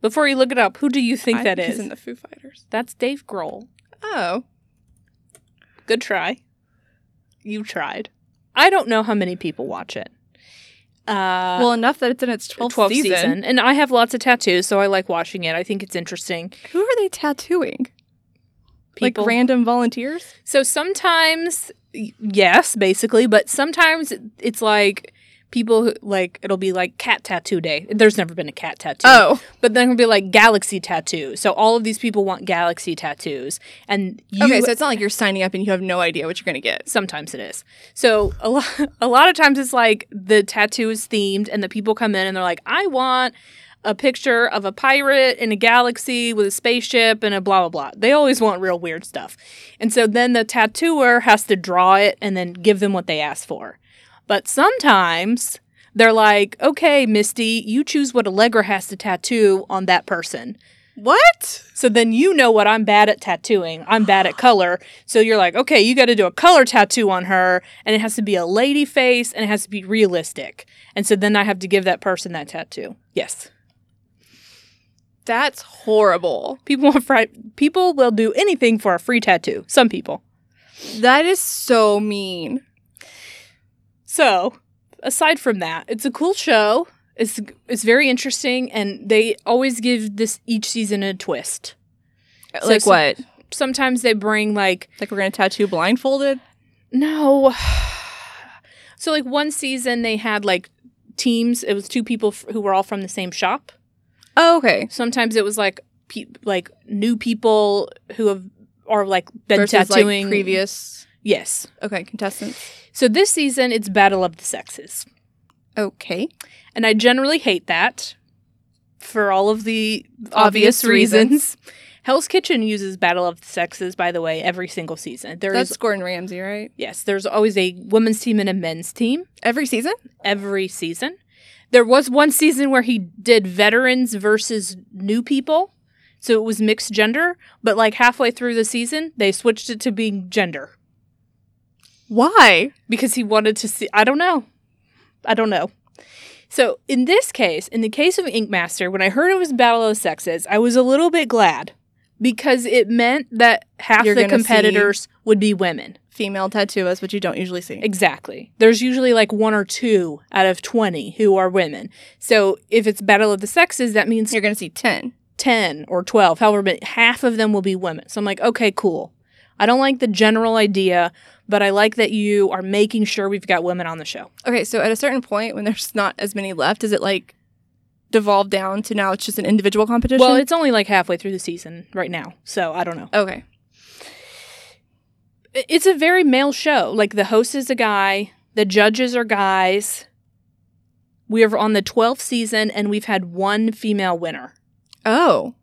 Speaker 2: Before you look it up, who do you think that
Speaker 1: he's
Speaker 2: is?
Speaker 1: in the Foo Fighters.
Speaker 2: That's Dave Grohl.
Speaker 1: Oh,
Speaker 2: Good try. You tried. I don't know how many people watch it. Uh,
Speaker 1: well enough that it's in its twelfth,
Speaker 2: 12th
Speaker 1: season.
Speaker 2: season. and I have lots of tattoos, so I like watching it. I think it's interesting.
Speaker 1: Who are they tattooing?
Speaker 2: People,
Speaker 1: Like random volunteers?
Speaker 2: so sometimes, y- yes, basically, but sometimes it's like people who, like it'll be like cat tattoo day. There's never been a cat tattoo.
Speaker 1: Oh,
Speaker 2: but then it'll be like galaxy tattoo. So all of these people want galaxy tattoos, and you
Speaker 1: okay. So it's not like you're signing up and you have no idea what you're gonna get.
Speaker 2: Sometimes it is. So a lot, a lot of times it's like the tattoo is themed, and the people come in and they're like, "I want a picture of a pirate in a galaxy with a spaceship and a blah blah blah. They always want real weird stuff. And so then the tattooer has to draw it and then give them what they ask for. But sometimes they're like, "Okay, Misty, you choose what Allegra has to tattoo on that person."
Speaker 1: What?
Speaker 2: So then you know what I'm bad at tattooing. I'm bad at color. So you're like, okay, you got to do a color tattoo on her, and it has to be a lady face, and it has to be realistic. And so then I have to give that person that tattoo. Yes,
Speaker 1: That's horrible.
Speaker 2: people want fri- people will do anything for a free tattoo. Some people.
Speaker 1: That is so mean.
Speaker 2: So aside from that, it's a cool show. It's it's very interesting, and they always give this each season a twist. So
Speaker 1: like
Speaker 2: some-
Speaker 1: what?
Speaker 2: Sometimes they bring like
Speaker 1: Like we're gonna tattoo blindfolded?
Speaker 2: No. So like one season they had like teams. It was two people f- who were all from the same shop.
Speaker 1: Oh, okay.
Speaker 2: Sometimes it was like pe- like new people who have or like been
Speaker 1: Versus
Speaker 2: tattooing
Speaker 1: like previous
Speaker 2: Yes.
Speaker 1: okay contestants.
Speaker 2: So this season it's battle of the sexes,
Speaker 1: Okay.
Speaker 2: and I generally hate that for all of the obvious,
Speaker 1: Obvious
Speaker 2: reasons.
Speaker 1: reasons.
Speaker 2: Hell's Kitchen uses battle of the sexes by the way every single season. There is
Speaker 1: That's Gordon Ramsay, right?
Speaker 2: yes, there's always a women's team and a men's team.
Speaker 1: Every season?
Speaker 2: every season. There was one season where he did veterans versus new people. So it was mixed gender, but like halfway through the season, they switched it to being gender
Speaker 1: Why?
Speaker 2: because he wanted to see. I don't know. I don't know. So in this case, in the case of Ink Master, when I heard it was Battle of the Sexes, I was a little bit glad because it meant that half
Speaker 1: You're
Speaker 2: the
Speaker 1: gonna see-
Speaker 2: competitors would be women.
Speaker 1: Female tattoo is what you don't usually see.
Speaker 2: Exactly. There's usually like one or two out of 20 who are women. So if it's Battle of the Sexes, that means
Speaker 1: You're gonna see ten.
Speaker 2: 10 or 12, however many, half of them will be women. So I'm like, okay, cool. I don't like the general idea, but I like that you are making sure we've got women on the show.
Speaker 1: Okay, so at a certain point when there's not as many left, is it like devolved down to now it's just an individual competition?
Speaker 2: Well, it's only like halfway through the season right now. So I don't know.
Speaker 1: okay.
Speaker 2: I- It's a very male show. Like the host is a guy, the judges are guys. We are on the 12th season and we've had one female winner.
Speaker 1: Oh.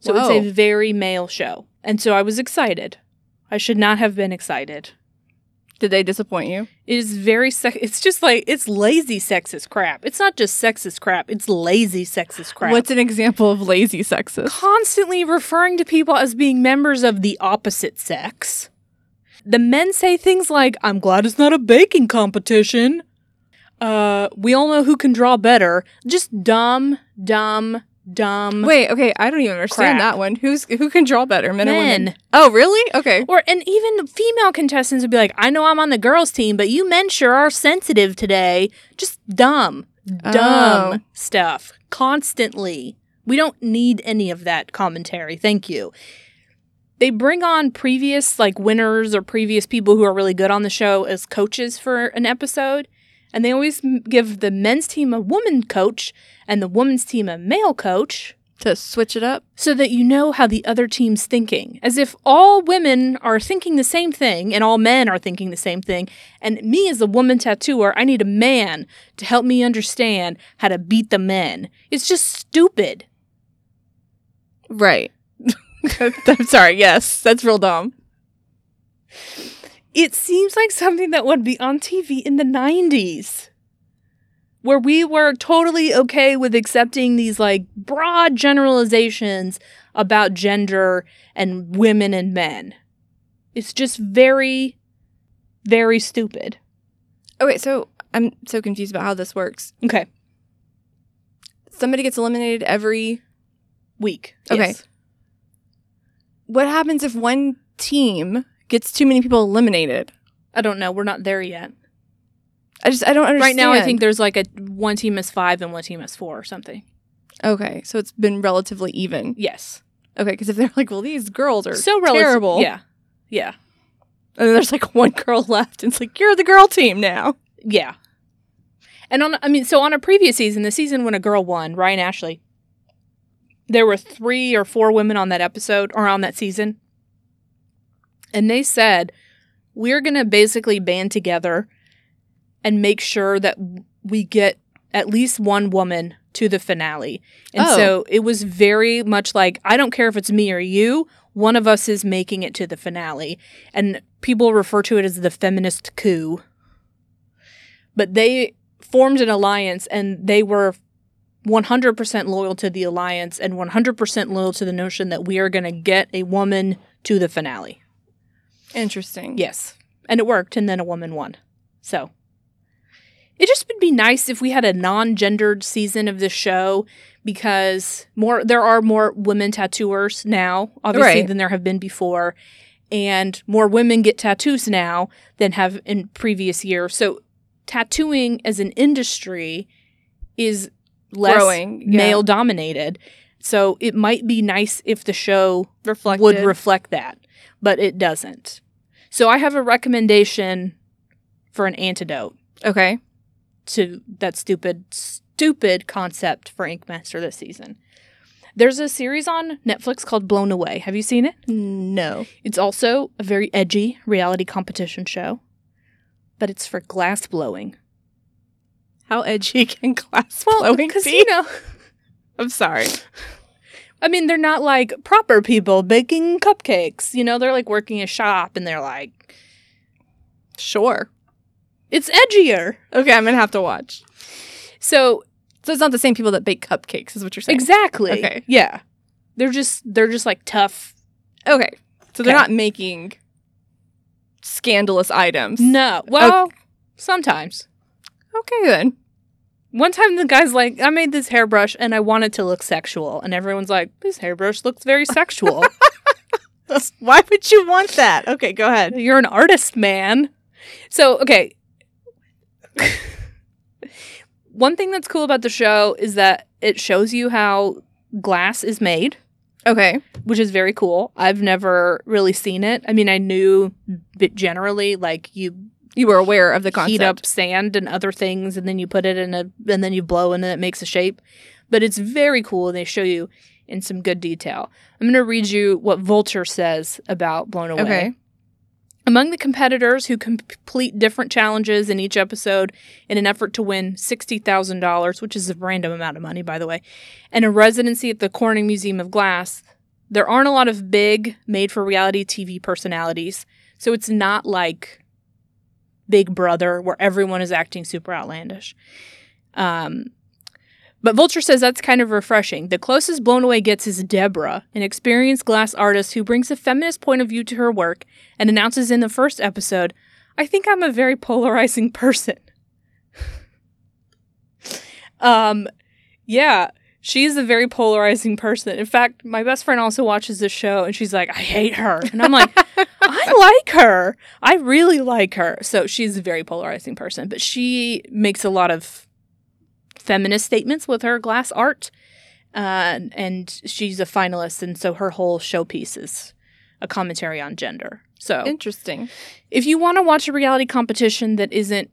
Speaker 2: So it's
Speaker 1: Whoa.
Speaker 2: a very male show. And so I was excited. I should not have been excited.
Speaker 1: Did they disappoint you?
Speaker 2: It is very sex. It's just like, it's lazy sexist crap. It's not just sexist crap, it's lazy sexist crap.
Speaker 1: What's an example of lazy sexist?
Speaker 2: constantly referring to people as being members of the opposite sex. The men say things like, I'm glad it's not a baking competition. Uh, we all know who can draw better. Just dumb, dumb, dumb.
Speaker 1: Wait, okay, I don't even understand
Speaker 2: Crap.
Speaker 1: that one. Who's who can draw better, men, or
Speaker 2: men.
Speaker 1: women? Oh, really? Okay.
Speaker 2: Or and even female contestants would be like, I know I'm on the girls' team, but you men sure are sensitive today. Just dumb, dumb
Speaker 1: Oh.
Speaker 2: stuff constantly. We don't need any of that commentary. Thank you. They bring on previous like winners or previous people who are really good on the show as coaches for an episode, and they always m- give the men's team a woman coach and the women's team a male coach
Speaker 1: To switch it up.
Speaker 2: so that you know how the other team's thinking, as if all women are thinking the same thing and all men are thinking the same thing. And me, as a woman tattooer, I need a man to help me understand how to beat the men. It's just stupid.
Speaker 1: Right. I'm sorry, yes. That's real dumb.
Speaker 2: It seems like something that would be on TV in the 90s, where we were totally okay with accepting these like broad generalizations about gender and women and men. It's just very, very stupid.
Speaker 1: Okay, Oh, so I'm so confused about how this works.
Speaker 2: Okay.
Speaker 1: Somebody gets eliminated every
Speaker 2: Weak.
Speaker 1: Okay.
Speaker 2: Yes.
Speaker 1: what happens if one team gets too many people eliminated?
Speaker 2: I don't know. We're not there yet.
Speaker 1: I just I don't understand.
Speaker 2: Right now, I think there's like a one team is five and one team is four or something.
Speaker 1: okay, so it's been relatively even.
Speaker 2: Yes.
Speaker 1: Okay, because if they're like, well, these girls are
Speaker 2: So
Speaker 1: so
Speaker 2: relative-
Speaker 1: terrible,
Speaker 2: Yeah. Yeah.
Speaker 1: and then there's like one girl left, and it's like you're the girl team now.
Speaker 2: Yeah. And on, I mean, so on a previous season, the season when a girl won, Ryan Ashley, there were three or four women on that episode or on that season. And they said, we're going to basically band together and make sure that we get at least one woman to the finale. And
Speaker 1: Oh.
Speaker 2: so it was very much like, I don't care if it's me or you, one of us is making it to the finale. And people refer to it as the feminist coup. But they formed an alliance and they were 100% loyal to the alliance and 100% loyal to the notion that we are going to get a woman to the finale.
Speaker 1: Interesting.
Speaker 2: Yes. And it worked, and then a woman won. So it just would be nice if we had a non gendered season of this show because more there are more women tattooers now, obviously,
Speaker 1: Right.
Speaker 2: than there have been before. And more women get tattoos now than have in previous years. So tattooing as an industry is less
Speaker 1: Growing, yeah.
Speaker 2: male dominated. So it might be nice if the show
Speaker 1: Reflected.
Speaker 2: would reflect that, but it doesn't. So I have a recommendation for an antidote
Speaker 1: okay.
Speaker 2: to that stupid, stupid concept for Ink Master this season. There's a series on Netflix called Blown Away. Have you seen it?
Speaker 1: No.
Speaker 2: It's also a very edgy reality competition show, but it's for glass blowing.
Speaker 1: How edgy can glass
Speaker 2: Well,
Speaker 1: blowing
Speaker 2: because
Speaker 1: be?
Speaker 2: you know,
Speaker 1: I'm sorry.
Speaker 2: I mean, they're not like proper people baking cupcakes. You know, they're like working a shop and they're like,
Speaker 1: Sure.
Speaker 2: it's edgier.
Speaker 1: Okay, I'm gonna have to watch.
Speaker 2: So
Speaker 1: So it's not the same people that bake cupcakes, is what you're saying.
Speaker 2: Exactly.
Speaker 1: Okay.
Speaker 2: Yeah. They're just they're just like tough.
Speaker 1: Okay. So they're
Speaker 2: Okay.
Speaker 1: not making scandalous items.
Speaker 2: No. Well, sometimes.
Speaker 1: Okay then.
Speaker 2: One time the guy's like, I made this hairbrush and I want it to look sexual. And everyone's like, this hairbrush looks very sexual.
Speaker 3: Why would you want that? Okay, go ahead.
Speaker 2: You're an artist, man. So, okay. One thing that's cool about the show is that it shows you how glass is made.
Speaker 1: Okay.
Speaker 2: which is very cool. I've never really seen it. I mean, I knew bit generally like you
Speaker 1: You were aware of the concept.
Speaker 2: heat up sand and other things and then you put it in a and then you blow and then it makes a shape. But it's very cool and they show you in some good detail. I'm going to read you what Vulture says about Blown Away.
Speaker 1: Okay.
Speaker 2: Among the competitors who com- complete different challenges in each episode in an effort to win $60,000, which is a random amount of money, by the way, and a residency at the Corning Museum of Glass, there aren't a lot of big made for reality TV personalities. So it's not like Big Brother where everyone is acting super outlandish. Um, but Vulture says that's kind of refreshing. The closest Blown Away gets is Deborah, an experienced glass artist who brings a feminist point of view to her work and announces in the first episode, I think I'm a very polarizing person. um, yeah, she's a very polarizing person. In fact, my best friend also watches this show and she's like, I hate her. And I'm like, I like her. I really like her. So she's a very polarizing person, but she makes a lot of feminist statements with her glass art. Uh, and she's a finalist. And so her whole showpiece is a commentary on gender. So
Speaker 1: Oh. Interesting.
Speaker 2: if you want to watch a reality competition that isn't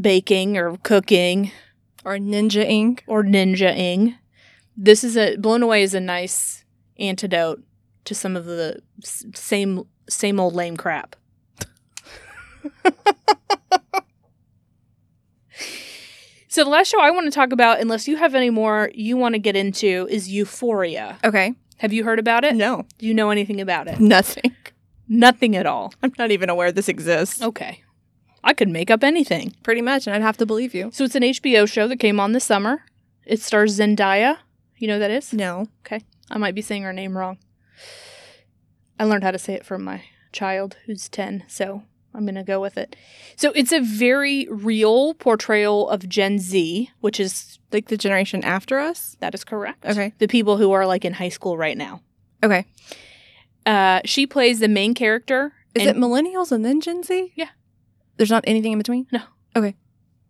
Speaker 2: baking or cooking
Speaker 1: Or ninja ink.
Speaker 2: or ninjaing, this is a blown away is a nice antidote to some of the s- same same old lame crap. so the last show I want to talk about, unless you have any more you want to get into, is Euphoria.
Speaker 1: Okay.
Speaker 2: Have you heard about it?
Speaker 3: No,
Speaker 2: Do you know anything about it?
Speaker 1: Nothing.
Speaker 2: Nothing at all.
Speaker 3: I'm not even aware this exists.
Speaker 2: Okay. I could make up anything.
Speaker 1: Oh, Pretty much, and I'd have to believe you.
Speaker 2: So it's an HBO show that came on this summer. It stars Zendaya. You know who that is?
Speaker 1: No.
Speaker 2: I might be saying her name wrong. I learned how to say it from my child who's 10, so I'm going to go with it. So it's a very real portrayal of Gen Z, which is
Speaker 1: Like the generation after us?
Speaker 2: that is correct.
Speaker 1: Okay.
Speaker 2: The people who are like in high school right now.
Speaker 1: Okay.
Speaker 2: Uh, she plays the main character.
Speaker 1: Is
Speaker 2: and
Speaker 1: it millennials and then Gen Z?
Speaker 2: Yeah.
Speaker 1: There's not anything in between?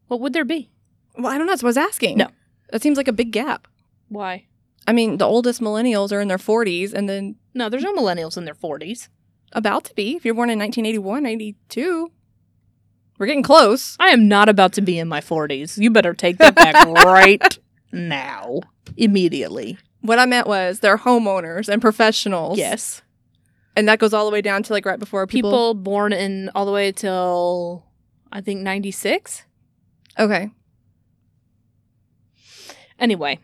Speaker 2: what would there be?
Speaker 1: Well, I don't know. That's what I was asking.
Speaker 2: No.
Speaker 1: That seems like a big gap.
Speaker 2: Why?
Speaker 1: I mean, the oldest millennials are in their 40s and then
Speaker 2: No, there's no millennials in their 40s.
Speaker 1: about to be. If you're born in 1981, 82, we're getting close.
Speaker 2: I am not about to be in my 40s. You better take that back right now. Immediately.
Speaker 1: What I meant was they're homeowners and professionals.
Speaker 2: Yes.
Speaker 1: And that goes all the way down to like right before
Speaker 2: People,
Speaker 1: people.
Speaker 2: born in all the way till I think 96.
Speaker 1: Okay.
Speaker 2: Anyway,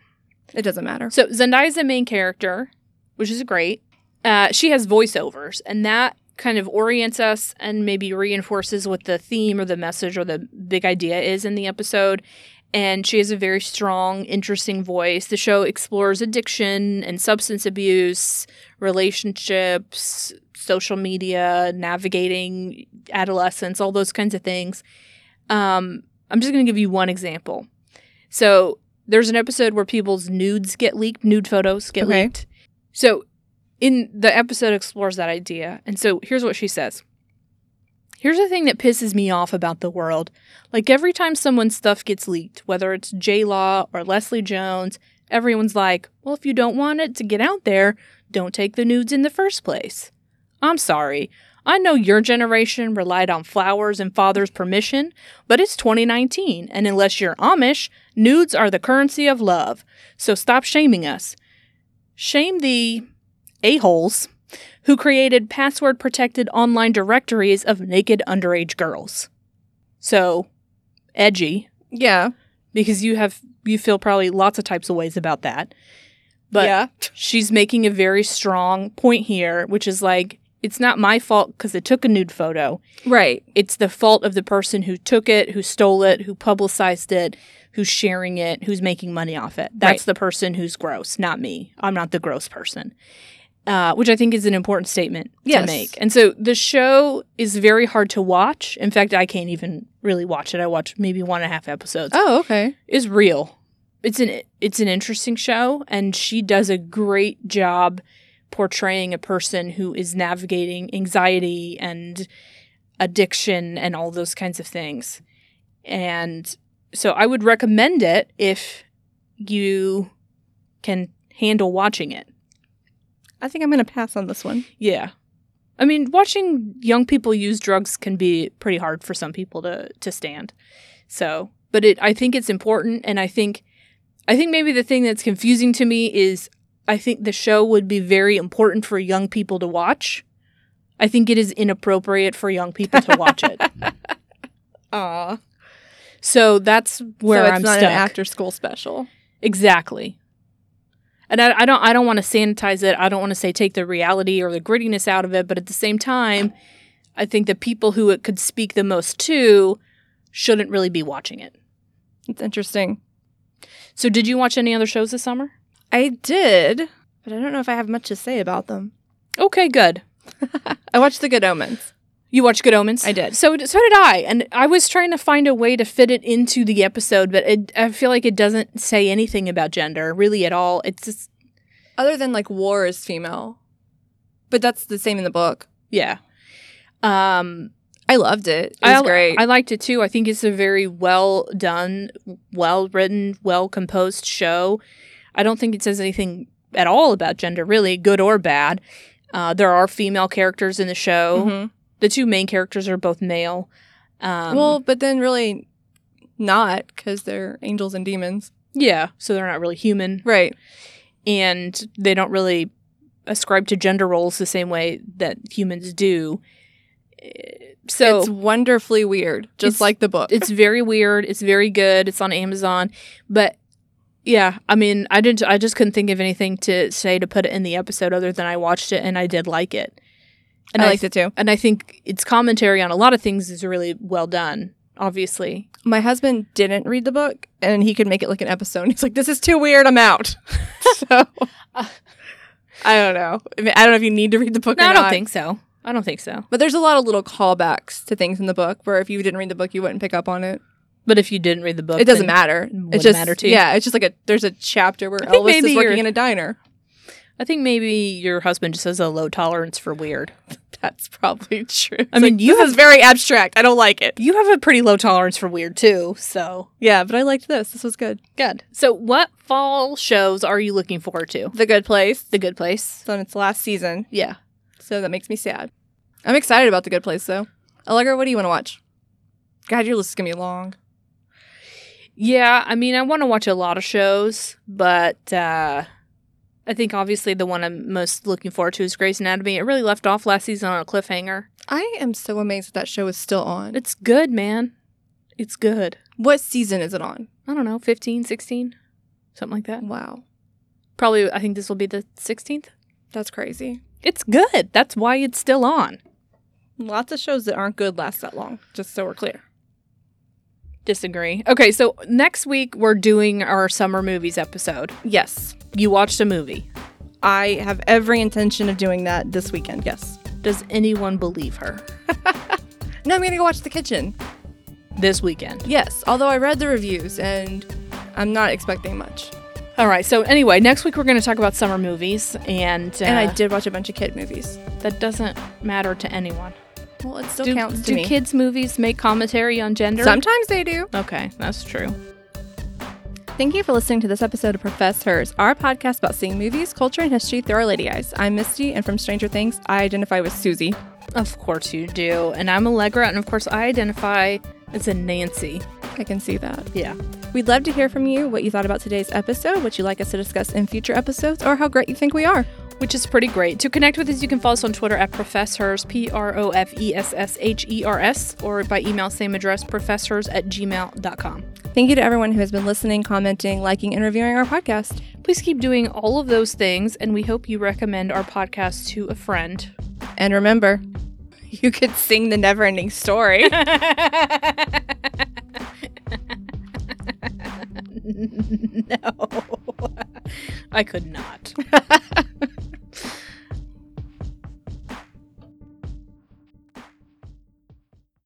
Speaker 1: It doesn't matter.
Speaker 2: so Zendaya's the main character, which is great. Uh, she has voiceovers, and that kind of orients us and maybe reinforces what the theme or the message or the big idea is in the episode. And she has a very strong, interesting voice. The show explores addiction and substance abuse, relationships, social media, navigating adolescence, all those kinds of things. Um, I'm just going to give you one example. So there's an episode where people's nudes get leaked, nude photos get
Speaker 1: Okay.
Speaker 2: leaked. So in the episode explores that idea. And so here's what she says. Here's the thing that pisses me off about the world. Like every time someone's stuff gets leaked, whether it's J Law or Leslie Jones, everyone's like, well, if you don't want it to get out there, don't take the nudes in the first place. I'm sorry. I know your generation relied on flowers and father's permission, but it's 2019, and unless you're Amish, nudes are the currency of love. So stop shaming us. Shame the a-holes who created password protected online directories of naked underage girls. So edgy
Speaker 1: yeah.
Speaker 2: because you have you feel probably lots of types of ways about that. But
Speaker 1: yeah.
Speaker 2: she's making a very strong point here, which is like it's not my fault because I took a nude photo.
Speaker 1: Right.
Speaker 2: It's the fault of the person who took it, who stole it, who publicized it, who's sharing it, who's making money off it. That's
Speaker 1: Right.
Speaker 2: the person who's gross, not me. I'm not the gross person, uh, which I think is an important statement
Speaker 1: Yes.
Speaker 2: to make. And so the show is very hard to watch. In fact, I can't even really watch it. I watch maybe one and a half episodes
Speaker 1: Oh, okay.
Speaker 2: is real. It's an it's an interesting show, and she does a great job portraying a person who is navigating anxiety and addiction and all those kinds of things. And so I would recommend it if you can handle watching it.
Speaker 1: I think I'm going to pass on this one.
Speaker 2: Yeah. I mean, watching young people use drugs can be pretty hard for some people to to stand. So, but it I think it's important and I think I think maybe the thing that's confusing to me is I think the show would be very important for young people to watch. I think it is inappropriate for young people to watch it.
Speaker 1: Aw.
Speaker 2: So that's where
Speaker 1: so it's
Speaker 2: I'm
Speaker 1: not
Speaker 2: stuck.
Speaker 1: an after school special.
Speaker 2: Exactly. And I, I don't I don't want to sanitize it. I don't want to say take the reality or the grittiness out of it, but at the same time, I think the people who it could speak the most to shouldn't really be watching it.
Speaker 1: It's interesting.
Speaker 2: So did you watch any other shows this summer?
Speaker 1: I did, but I don't know if I have much to say about them.
Speaker 2: Okay, good.
Speaker 1: I watched The Good Omens.
Speaker 2: You watched Good Omens?
Speaker 1: I did.
Speaker 2: So so did I. And I was trying to find a way to fit it into the episode, but it, I feel like it doesn't say anything about gender really at all. It's just
Speaker 1: Other than like war is female, but that's the same in the book.
Speaker 2: yeah. Um
Speaker 1: I loved it. It was
Speaker 2: I,
Speaker 1: great.
Speaker 2: I liked it too. I think it's a very well done, well written, well composed show. I don't think it says anything at all about gender, really, good or bad. Uh, there are female characters in the show.
Speaker 1: Mhm.
Speaker 2: The two main characters are both male. Um,
Speaker 1: well, but then really not because they're angels and demons.
Speaker 2: yeah, so they're not really human,
Speaker 1: Right.
Speaker 2: and they don't really ascribe to gender roles the same way that humans do. Eh, So
Speaker 1: it's wonderfully weird, just
Speaker 2: It's-
Speaker 1: like the book.
Speaker 2: it's very weird. It's very good. It's on Amazon, but yeah, I mean, I didn't. I just couldn't think of anything to say to put it in the episode other than I watched it and I did like it. And
Speaker 1: I
Speaker 2: I,
Speaker 1: liked it too.
Speaker 2: and I think its commentary on a lot of things is really well done. Obviously,
Speaker 1: My husband didn't read the book, and he could make it like an episode. He's like, "This is too weird. I'm out." so I don't know. I, mean, I don't know if you need to read the book.
Speaker 2: no,
Speaker 1: or
Speaker 2: I don't
Speaker 1: not.
Speaker 2: think so. I don't think so.
Speaker 1: But there's a lot of little callbacks to things in the book where if you didn't read the book, you wouldn't pick up on it.
Speaker 2: But if you didn't read the book,
Speaker 1: it doesn't
Speaker 2: then-
Speaker 1: matter.
Speaker 2: wouldn't
Speaker 1: It just
Speaker 2: matter to you.
Speaker 1: yeah. It's just like a there's a chapter where
Speaker 2: I think
Speaker 1: Elvis
Speaker 2: maybe
Speaker 1: is working
Speaker 2: you're-
Speaker 1: in a diner.
Speaker 2: I think maybe your husband just has a low tolerance for weird.
Speaker 1: That's probably true.
Speaker 2: I mean, you
Speaker 1: this
Speaker 2: have
Speaker 1: is very abstract. I don't like it.
Speaker 2: you have a pretty low tolerance for weird too. So
Speaker 1: Yeah, but I liked this. This was good.
Speaker 2: good. So what fall shows are you looking forward to?
Speaker 1: The Good Place.
Speaker 2: The Good Place.
Speaker 1: It's on its last season,
Speaker 2: Yeah.
Speaker 1: so that makes me sad. I'm excited about The Good Place, though. Allegra, what do you want to watch? God, your list is gonna be long.
Speaker 2: Yeah, I mean, I want to watch a lot of shows, but uh, I think obviously the one I'm most looking forward to is Grey's Anatomy. It really left off last season on a cliffhanger.
Speaker 1: I am so amazed that that show is still on.
Speaker 2: It's good, man. It's good.
Speaker 1: What season is it on?
Speaker 2: I don't know, 15, 16? something like that.
Speaker 1: Wow.
Speaker 2: Probably, I think this will be the 16th.
Speaker 1: That's crazy.
Speaker 2: It's good. That's why it's still on.
Speaker 1: Lots of shows that aren't good last that long, just so we're clear.
Speaker 2: Disagree. Okay, so next week we're doing our summer movies episode.
Speaker 1: Yes.
Speaker 2: You watched a movie.
Speaker 1: I have every intention of doing that this weekend. Yes.
Speaker 2: Does anyone believe her
Speaker 1: No, I'm going to go watch The Kitchen.
Speaker 2: this weekend?
Speaker 1: Yes. Although I read the reviews and I'm not expecting much.
Speaker 2: All right, so anyway, next week we're going to talk about summer movies, and, uh,
Speaker 1: And I did watch a bunch of kid movies.
Speaker 2: that doesn't matter to anyone.
Speaker 1: Well, it still
Speaker 2: do
Speaker 1: counts to
Speaker 2: do
Speaker 1: me.
Speaker 2: kids' movies make commentary on gender?
Speaker 1: Sometimes they do.
Speaker 2: Okay, that's true.
Speaker 1: Thank you for listening to this episode of Profess Hers, our podcast about seeing movies, culture, and history through our lady eyes. I'm Misty, and from Stranger Things, I identify with Susie.
Speaker 2: Of course you do. And I'm Allegra, and of course I identify as a Nancy.
Speaker 1: I can see that.
Speaker 2: Yeah.
Speaker 1: We'd love to hear from you what you thought about today's episode, what you'd like us to discuss in future episodes, or how great you think we are.
Speaker 2: Which is pretty great. To connect with us, you can follow us on Twitter at Professors, P R O F E S S H E R S, or by email, same address, professors at gmail.com.
Speaker 1: Thank you to everyone who has been listening, commenting, liking, and reviewing our podcast.
Speaker 2: Please keep doing all of those things, and we hope you recommend our podcast to a friend.
Speaker 1: And remember, you could sing the never ending story.
Speaker 2: no, I could not.